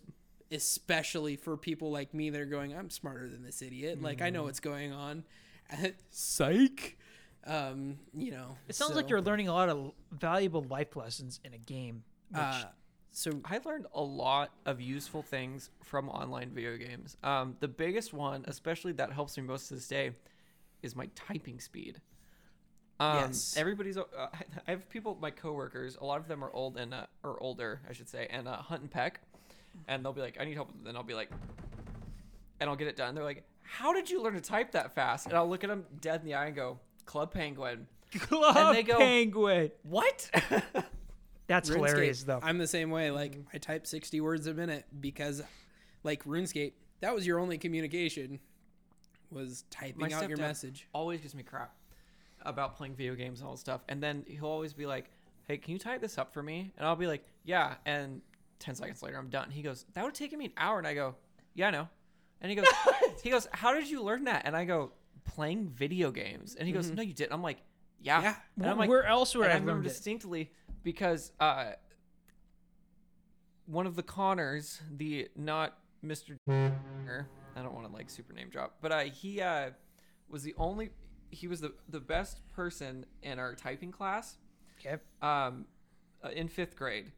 Speaker 1: especially for people like me that are going i'm smarter than this idiot like
Speaker 2: Mm-hmm.
Speaker 1: i know what's going on psych um you know
Speaker 2: It sounds
Speaker 1: so,
Speaker 2: like you're learning a lot of valuable life lessons in a game. Which,
Speaker 1: uh, so
Speaker 3: I learned a lot of useful things from online video games. Um, the biggest one, especially that helps me most to this day, is my typing speed. Um,
Speaker 1: Yes.
Speaker 3: Everybody's. Uh, I have people, my coworkers. A lot of them are old and uh, or older, I should say, and uh, hunt and peck, and they'll be like, "I need help," and then I'll be like, and I'll get it done. They're like, "How did you learn to type that fast?" And I'll look at them dead in the eye and go, "Club Penguin."
Speaker 2: Club
Speaker 3: they go-
Speaker 2: Penguin.
Speaker 3: What?
Speaker 2: That's
Speaker 1: RuneScape,
Speaker 2: hilarious, though. Mm-hmm.
Speaker 1: i'm the same way like i type 60 words a minute because like runescape that was your only communication was typing
Speaker 3: My
Speaker 1: out your
Speaker 3: stepdad
Speaker 1: message
Speaker 3: Always gives me crap about playing video games and all this stuff. And then he'll always be like, Hey, can you type this up for me? And I'll be like, Yeah. And ten seconds later, I'm done. He goes, that would have taken me an hour, and I go, yeah, I know. And he goes, he goes, how did you learn that? And I go, playing video games. And he goes, no, you didn't. I'm like, yeah.
Speaker 1: Yeah.
Speaker 3: And I'm like,
Speaker 2: Where else would
Speaker 3: and
Speaker 2: I
Speaker 3: I
Speaker 2: have
Speaker 3: remember
Speaker 2: learned it?
Speaker 3: distinctly because uh, one of the Connors, the not Mr. Connor, I don't want to like super name drop, but uh, he uh, was the only, he was the, the best person in our typing class
Speaker 2: Okay.
Speaker 3: um, uh, in fifth grade.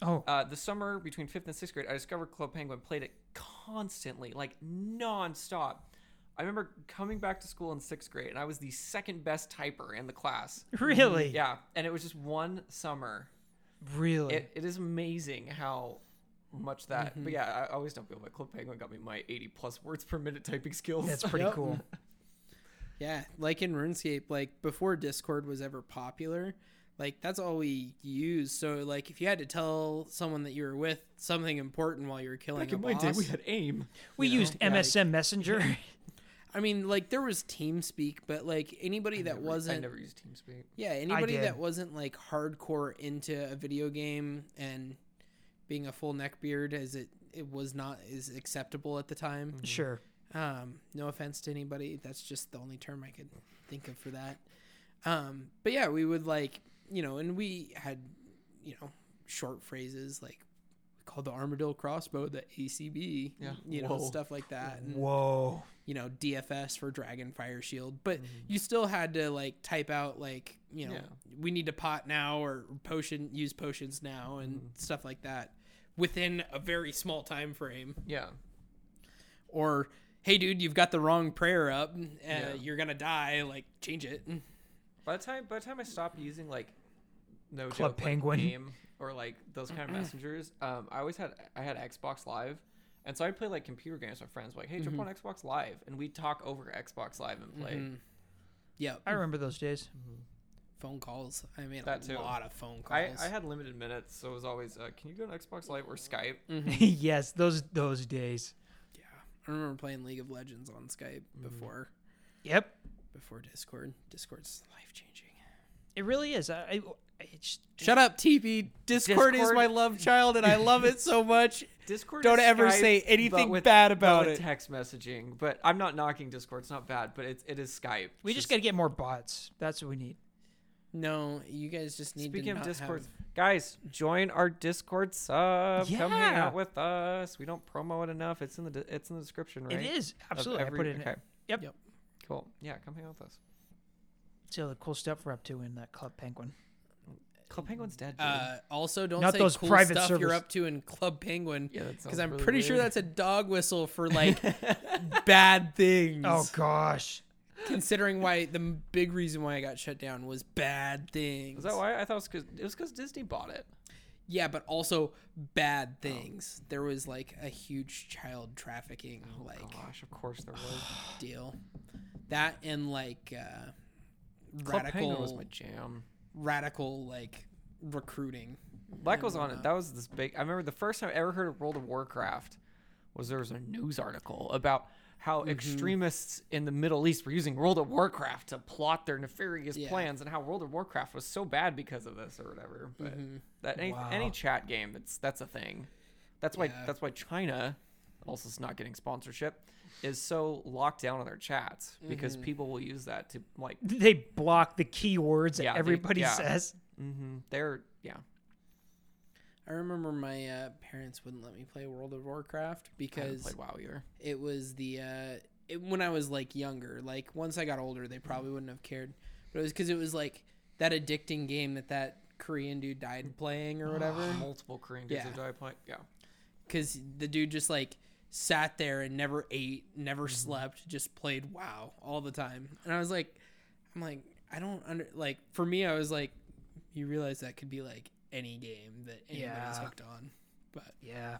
Speaker 2: Oh,
Speaker 3: Uh, the summer between fifth and sixth grade, I discovered Club Penguin, played it constantly, like nonstop. I remember coming back to school in sixth grade, and I was the second best typer in the class.
Speaker 2: really?
Speaker 3: Yeah, and it was just one summer.
Speaker 2: Really?
Speaker 3: It, it is amazing how much that.
Speaker 2: Mm-hmm.
Speaker 3: But yeah, I always don't feel like Club Penguin got me my 80 plus words per minute typing skills.
Speaker 2: That's pretty
Speaker 1: Yep.
Speaker 2: cool.
Speaker 1: Yeah, like in RuneScape, like before Discord was ever popular, like that's all we used. So like if you had to tell someone that you were with something important while you were killing
Speaker 3: Back
Speaker 1: a
Speaker 3: in my
Speaker 1: boss,
Speaker 3: day, we had AIM.
Speaker 2: We
Speaker 1: You know,
Speaker 2: used
Speaker 1: like-
Speaker 2: MSN Messenger.
Speaker 1: I mean, like there was TeamSpeak, but like anybody that
Speaker 3: Never- I
Speaker 1: wasn't,
Speaker 3: never used TeamSpeak.
Speaker 1: yeah, anybody
Speaker 2: did.
Speaker 1: that wasn't like hardcore into a video game and being a full neckbeard as it it was not is acceptable at the
Speaker 3: Mm-hmm.
Speaker 1: time.
Speaker 2: sure.
Speaker 1: Um, no offense to anybody. That's just the only term I could think of for that. Um, but yeah, we would like, you know, and we had, you know, short phrases like we called the armadillo crossbow the ACB,
Speaker 3: Yeah.
Speaker 1: you know,
Speaker 3: Whoa.
Speaker 1: stuff like that. And,
Speaker 2: Whoa.
Speaker 1: you know, DFS for dragon fire shield, but you still had to like type out like, you know,
Speaker 3: Mm-hmm. Yeah.
Speaker 1: we need to pot now or potion use potions now and
Speaker 3: Mm-hmm.
Speaker 1: stuff like that within a very small time frame
Speaker 3: Yeah.
Speaker 1: or hey dude you've got the wrong prayer up uh,
Speaker 3: Yeah.
Speaker 1: you're gonna die like change it
Speaker 3: By the time by the time I stopped using like no
Speaker 2: Club
Speaker 3: joke, like,
Speaker 2: Penguin.
Speaker 3: AIM or like those kind of messengers, um, I always had I had Xbox Live. And so I'd play like computer games with my friends, like, hey,
Speaker 2: Mm-hmm.
Speaker 3: jump on Xbox Live. And we'd talk over Xbox Live and play.
Speaker 1: yeah
Speaker 2: I remember those days.
Speaker 1: phone calls i mean
Speaker 3: That
Speaker 1: a
Speaker 3: too.
Speaker 1: lot of phone
Speaker 3: I,
Speaker 1: calls
Speaker 3: I had limited minutes, so it was always, uh, can you go on Xbox Live or Skype?
Speaker 2: yes, those those days.
Speaker 1: yeah i remember playing league of legends on skype before
Speaker 2: Yep.
Speaker 1: before discord discord's life changing
Speaker 2: It really is. I, I it's
Speaker 1: shut up tp discord, is
Speaker 3: Discord-
Speaker 1: my love child and i love it so much
Speaker 3: Discord.
Speaker 1: Don't
Speaker 3: is
Speaker 1: ever
Speaker 3: Skype,
Speaker 1: say
Speaker 3: but
Speaker 1: anything
Speaker 3: with-
Speaker 1: bad
Speaker 3: but
Speaker 1: about
Speaker 3: with
Speaker 1: it.
Speaker 3: Text messaging, but I'm not knocking Discord. It's not bad, but it's it is Skype.
Speaker 2: we just got to get more bots. That's what we need.
Speaker 1: no you guys just need to
Speaker 3: Speaking of
Speaker 1: not
Speaker 3: Discord,
Speaker 1: have-
Speaker 3: guys, join our Discord sub. Come hang
Speaker 2: Yeah.
Speaker 3: out with us. We don't promo it enough. It's in the de- it's in the description, right?
Speaker 2: It is
Speaker 3: Of
Speaker 2: absolutely.
Speaker 3: every-
Speaker 2: I put it in.
Speaker 3: okay,
Speaker 2: it. Yep.
Speaker 1: Yep.
Speaker 3: Cool. Yeah, come hang out with us.
Speaker 2: See all the cool stuff we're up to in that Club Penguin.
Speaker 3: Club Penguin's dead. Dude.
Speaker 1: uh, also, don't
Speaker 2: Not
Speaker 1: say
Speaker 2: those
Speaker 1: cool
Speaker 2: private
Speaker 1: stuff you're
Speaker 2: servers.
Speaker 1: up to in Club Penguin,
Speaker 3: Yeah, that
Speaker 1: because
Speaker 3: sounds
Speaker 1: I'm
Speaker 3: really
Speaker 1: pretty sure
Speaker 3: weird.
Speaker 1: that's a dog whistle for like bad things.
Speaker 2: Oh gosh.
Speaker 1: considering why the m- big reason why I got shut down was bad things.
Speaker 3: is that why I thought it was because it was because Disney bought it?
Speaker 1: Yeah, but also bad things. There was like a huge child trafficking
Speaker 3: Oh,
Speaker 1: like
Speaker 3: Gosh, of course there was.
Speaker 1: deal. That and like uh,
Speaker 3: Club Penguin
Speaker 1: radical
Speaker 3: was my jam.
Speaker 1: radical like recruiting.
Speaker 3: Black was on it. That was this big. I remember the first time I ever heard of World of Warcraft was there was a news article about how
Speaker 1: Mm-hmm.
Speaker 3: extremists in the Middle East were using World of Warcraft to plot their nefarious
Speaker 1: Yeah.
Speaker 3: plans, and how World of Warcraft was so bad because of this or whatever. But
Speaker 1: Mm-hmm.
Speaker 3: that any, any chat game, that's that's a thing. That's why
Speaker 1: Yeah.
Speaker 3: that's why China, also is not getting sponsorship, is so locked down on their chats because
Speaker 1: Mm-hmm.
Speaker 3: people will use that to like
Speaker 2: They block the keywords that
Speaker 3: Yeah, they-
Speaker 2: everybody
Speaker 3: yeah.
Speaker 2: says.
Speaker 3: mm-hmm, they're yeah
Speaker 1: I remember my uh, parents wouldn't let me play World of Warcraft
Speaker 3: I haven't
Speaker 1: because
Speaker 3: played WoW either.
Speaker 1: it was the uh it, when i was like younger like once i got older they probably wouldn't have cared but it was because it was like that addicting game that that korean dude died playing or whatever
Speaker 3: Multiple Korean dudes
Speaker 1: Yeah.
Speaker 3: have died playing. Yeah.
Speaker 1: because the dude just like sat there and never ate never slept just played wow all the time and i was like i'm like i don't under like for me i was like you realize that could be like any game that anybody's
Speaker 2: Yeah.
Speaker 1: hooked on but
Speaker 2: Yeah.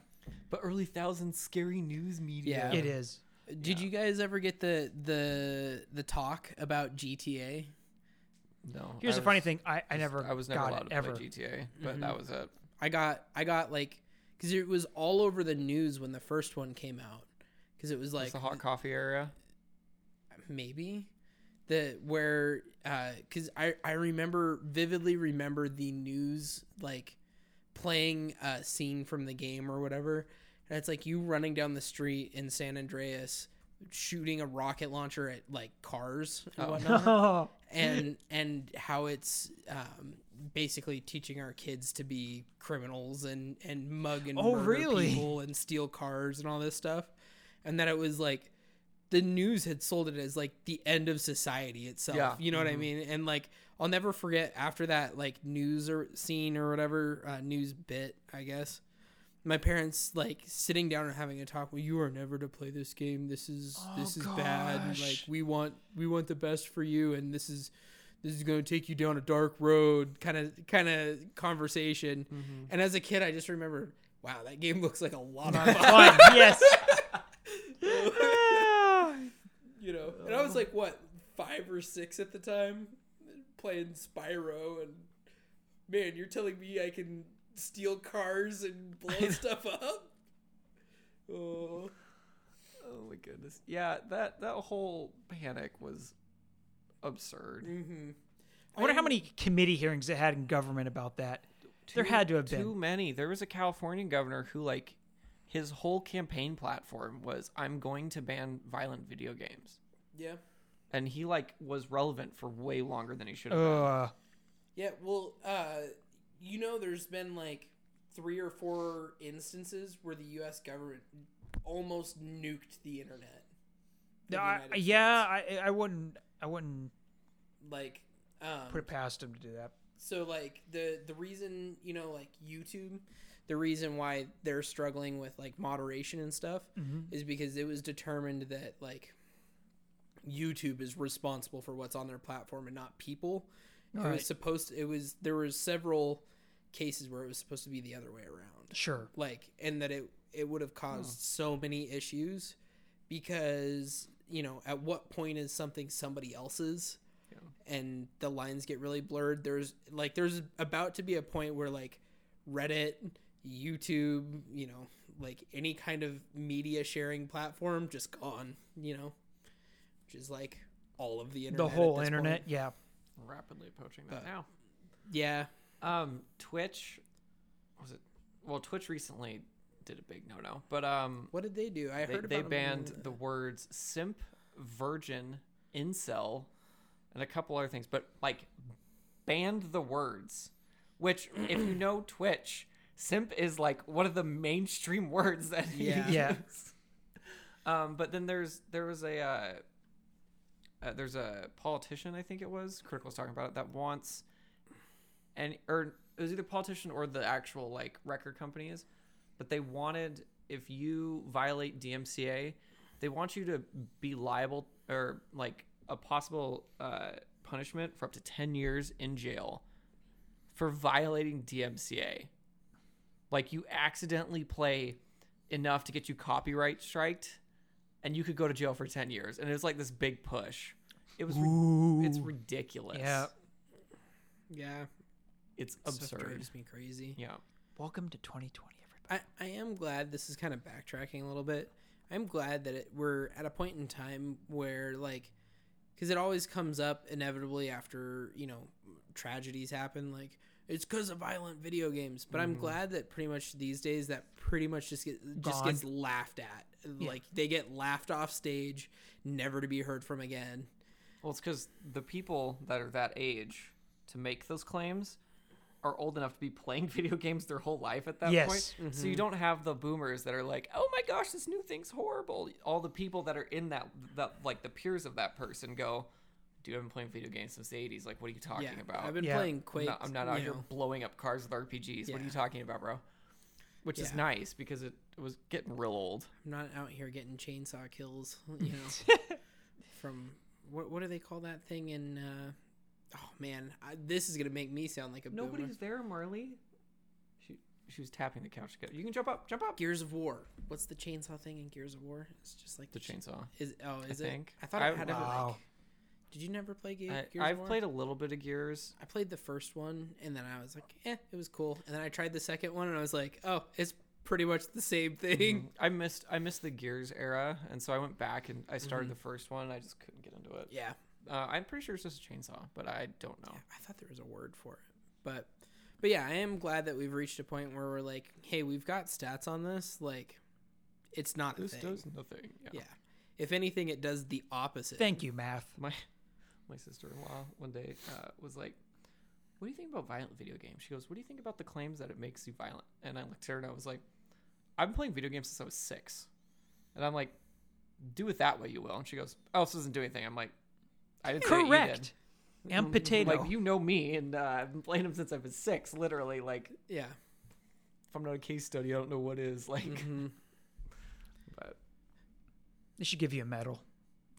Speaker 3: But early thousands scary news media.
Speaker 1: Yeah.
Speaker 2: It is.
Speaker 1: did you guys ever get the the the talk about gta
Speaker 3: No.
Speaker 2: Here's
Speaker 3: I
Speaker 2: the funny
Speaker 3: was
Speaker 2: thing. I, I
Speaker 3: just-
Speaker 2: never
Speaker 3: I was never
Speaker 2: got
Speaker 3: allowed
Speaker 2: it
Speaker 3: to
Speaker 2: ever. Mm-hmm.
Speaker 3: play GTA, but that was it.
Speaker 1: I got I got like because it was all over the news when the first one came out because it was
Speaker 3: Like
Speaker 1: like
Speaker 3: the hot coffee area.
Speaker 1: maybe the uh, where because I I remember vividly remember the news like playing a scene from the game or whatever, and it's like you running down the street in San Andreas shooting a rocket launcher at like cars and whatnot
Speaker 2: Oh,
Speaker 1: and and how it's um, basically teaching our kids to be criminals and and mug and
Speaker 2: Oh,
Speaker 1: murder
Speaker 2: really?
Speaker 1: people and steal cars and all this stuff, and that it was like the news had sold it as like the end of society itself.
Speaker 3: Yeah.
Speaker 1: You know
Speaker 2: Mm-hmm.
Speaker 1: what I mean? And like I'll never forget after that like news or scene or whatever uh, news bit I guess. My parents like sitting down and having a talk. Well, you are never to play this game. This is this
Speaker 2: Oh,
Speaker 1: is bad. and, Like
Speaker 2: gosh.
Speaker 1: we want we want the best for you, and this is this is going to take you down a dark road kind of kind of conversation
Speaker 2: Mm-hmm.
Speaker 1: and as a kid i just remember wow that game looks like a lot of fun
Speaker 2: fun. yes.
Speaker 1: you know and i was like what five or six at the time playing spyro and man you're telling me i can steal cars and blow stuff up oh
Speaker 3: Oh my goodness. Yeah, that that whole panic was absurd.
Speaker 1: mm-hmm.
Speaker 2: I wonder how many committee hearings they had in government about that. There had to have been.
Speaker 3: too many. There was a California governor who like his whole campaign platform was I'm going to ban violent video games.
Speaker 1: yeah
Speaker 3: And he like was relevant for way longer than he should have been.
Speaker 2: Uh,
Speaker 1: Yeah, well, uh, you know, there's been like three or four instances where the U.S. government almost nuked the internet. in the
Speaker 2: I,
Speaker 1: United
Speaker 2: Uh, yeah, I, I wouldn't, I wouldn't
Speaker 1: States. like, um,
Speaker 2: put it past him to do that.
Speaker 1: so like the the reason you know like YouTube, the reason why they're struggling with like moderation and stuff
Speaker 3: Mm-hmm.
Speaker 1: is because it was determined that like YouTube is responsible for what's on their platform and not people. it
Speaker 2: Right.
Speaker 1: was supposed it was there was several cases where it was supposed to be the other way around.
Speaker 2: Sure.
Speaker 1: Like and that it it would have caused so many issues because you know at what point is something somebody else's and the lines get really blurred there's like there's about to be a point where like reddit youtube you know like any kind of media sharing platform just gone you know which is like all of the internet
Speaker 2: The
Speaker 1: at
Speaker 2: whole
Speaker 1: this
Speaker 2: internet.
Speaker 1: point.
Speaker 2: Yeah.
Speaker 3: Rapidly approaching that
Speaker 1: Uh,
Speaker 3: now.
Speaker 1: yeah
Speaker 3: Um, Twitch was it? Well, Twitch recently did a big no-no, but um,
Speaker 1: what did they do i
Speaker 3: they,
Speaker 1: heard
Speaker 3: they
Speaker 1: about 'em uh, in-
Speaker 3: banned the words simp, virgin, incel, and a couple other things, but like banned the words. Which, if you know Twitch, simp is like one of the mainstream words that
Speaker 1: Yeah.
Speaker 3: you
Speaker 2: Yeah.
Speaker 3: use. Um, but then there's there was a uh, uh, there's a politician I think it was critical was talking about it that wants and or it was either politician or the actual like record companies, but they wanted if you violate DMCA, they want you to be liable or like a possible uh, punishment for up to ten years in jail for violating DMCA. Like you accidentally play enough to get you copyright striked, and you could go to jail for ten years. And it was like this big push. It was ri- it's
Speaker 2: Ooh.
Speaker 3: ridiculous.
Speaker 2: Yeah.
Speaker 1: yeah
Speaker 3: it's
Speaker 1: Stuff
Speaker 3: absurd.
Speaker 1: drives me crazy
Speaker 3: Yeah,
Speaker 2: Welcome to 2020, everybody.
Speaker 1: I, I am glad this is kind of backtracking a little bit. I'm glad that it, we're at a point in time where, like, because it always comes up inevitably after, you know, tragedies happen. Like, it's because of violent video games. But
Speaker 3: Mm-hmm.
Speaker 1: I'm glad that pretty much these days that pretty much just, get, just
Speaker 2: Gone.
Speaker 1: gets laughed at. Like, they get laughed off stage, never to be heard from again.
Speaker 3: well, it's because the people that are that age to make those claims are old enough to be playing video games their whole life at that
Speaker 2: Yes.
Speaker 3: point. So you don't have the boomers that are like, "Oh my gosh, this new thing's horrible." All the people that are in that that like the peers of that person go, "Dude, I've been playing video games since the '80s. Like, what are you talking
Speaker 1: Yeah.
Speaker 3: about?
Speaker 1: I've been
Speaker 2: Yeah.
Speaker 1: playing
Speaker 3: I'm
Speaker 1: Quake.
Speaker 3: not, I'm not out
Speaker 1: you
Speaker 3: here
Speaker 1: know.
Speaker 3: blowing up cars with RPGs. What are
Speaker 1: Yeah.
Speaker 3: you talking about, bro?" Which is
Speaker 1: Yeah.
Speaker 3: nice because it was getting real old.
Speaker 1: I'm not out here getting chainsaw kills, you know. from what what do they call that thing in uh Oh man, I, this is going to make me sound like a Nobody's
Speaker 3: Nobody's there, Marley. She she was tapping the couch. together. You can jump up, jump up.
Speaker 1: Gears of War. What's the chainsaw thing in Gears of War? It's just like
Speaker 3: The chainsaw.
Speaker 1: Is oh, is it?
Speaker 3: think.
Speaker 1: I thought
Speaker 3: I-
Speaker 1: it had a like
Speaker 2: Wow.
Speaker 1: Did you never play Ge-
Speaker 3: I,
Speaker 1: Gears of
Speaker 3: I've
Speaker 1: War?
Speaker 3: played a little bit of Gears.
Speaker 1: I played the first one and then I was like, "Eh, it was cool." And then I tried the second one and I was like, "Oh, it's pretty much the same thing."
Speaker 3: Mm-hmm. I missed I missed the Gears era, and so I went back and I started the first one. I just couldn't get into it.
Speaker 1: Mm-hmm. Yeah.
Speaker 3: Uh, I'm pretty sure it's just a chainsaw, but I don't know.
Speaker 1: I thought there was a word for it, but But yeah, I am glad that we've reached a point where we're like, hey, we've got stats on this. Like, it's not a
Speaker 3: This
Speaker 1: thing.
Speaker 3: does nothing. Yeah.
Speaker 1: Yeah. If anything, it does the opposite.
Speaker 2: Thank you, math.
Speaker 3: My my sister-in-law one day uh, was like, "What do you think about violent video games?" She goes, "What do you think about the claims that it makes you violent?" And I looked at her and I was like, "I've been playing video games since I was six. and I'm like, "Do it that way, you will." And she goes, "Oh, this doesn't do anything." I'm like, "I didn't say it
Speaker 2: Correct.
Speaker 3: either."
Speaker 2: And potato.
Speaker 3: Mm-hmm. Like you know me, and uh, I've been playing them since I was six. Literally, like
Speaker 1: Yeah.
Speaker 3: if I'm not a case study, I don't know what is. Like,
Speaker 1: Mhm.
Speaker 3: but
Speaker 2: They should give you a medal.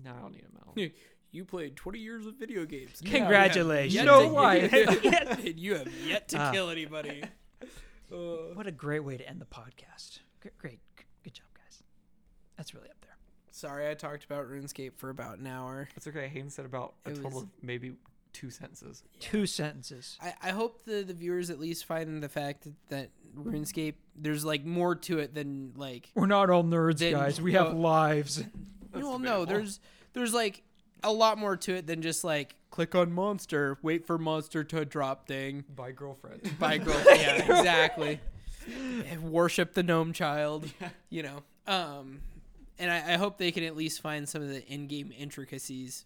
Speaker 3: no, I don't need a medal.
Speaker 1: you played 20 years of video games.
Speaker 3: Yeah, we have
Speaker 2: Congratulations.
Speaker 1: yet
Speaker 3: no
Speaker 1: to-
Speaker 2: life.
Speaker 1: and you have yet to
Speaker 2: Uh.
Speaker 1: kill anybody. Uh,
Speaker 2: what a great way to end the podcast. G- Great. G- Good job, guys. That's really up there.
Speaker 1: sorry, I talked about RuneScape for about an hour.
Speaker 3: It's okay. Hayden said about a
Speaker 1: It
Speaker 3: total
Speaker 1: was-
Speaker 3: of maybe two sentences.
Speaker 2: Two sentences.
Speaker 1: I, I hope the, the viewers at least find the fact that, that RuneScape, there's like more to it than like.
Speaker 2: We're not all nerds,
Speaker 1: Then-
Speaker 2: guys. We have
Speaker 1: no.
Speaker 2: lives.
Speaker 1: well,
Speaker 3: debatable.
Speaker 1: no, there's there's like a lot more to it than just like click on monster, wait for monster to drop thing,
Speaker 3: By girlfriend.
Speaker 1: buy girls. yeah, exactly. And worship the gnome child. You know. Um, and I, I hope they can at least find some of the in-game intricacies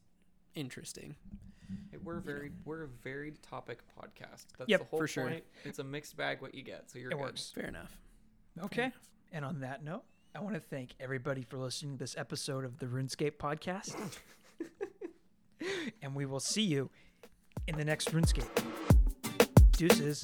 Speaker 1: interesting.
Speaker 3: Hey, We're a very we're a varied topic podcast. That's
Speaker 2: Yep,
Speaker 3: the whole
Speaker 1: for sure.
Speaker 3: point. It's a mixed bag what you get. So you're
Speaker 2: It
Speaker 3: good.
Speaker 2: works.
Speaker 1: Fair enough.
Speaker 2: Okay. And on that note, I want to thank everybody for listening to this episode of the RuneScape podcast. and we will see you in the next RuneScape. Deuces.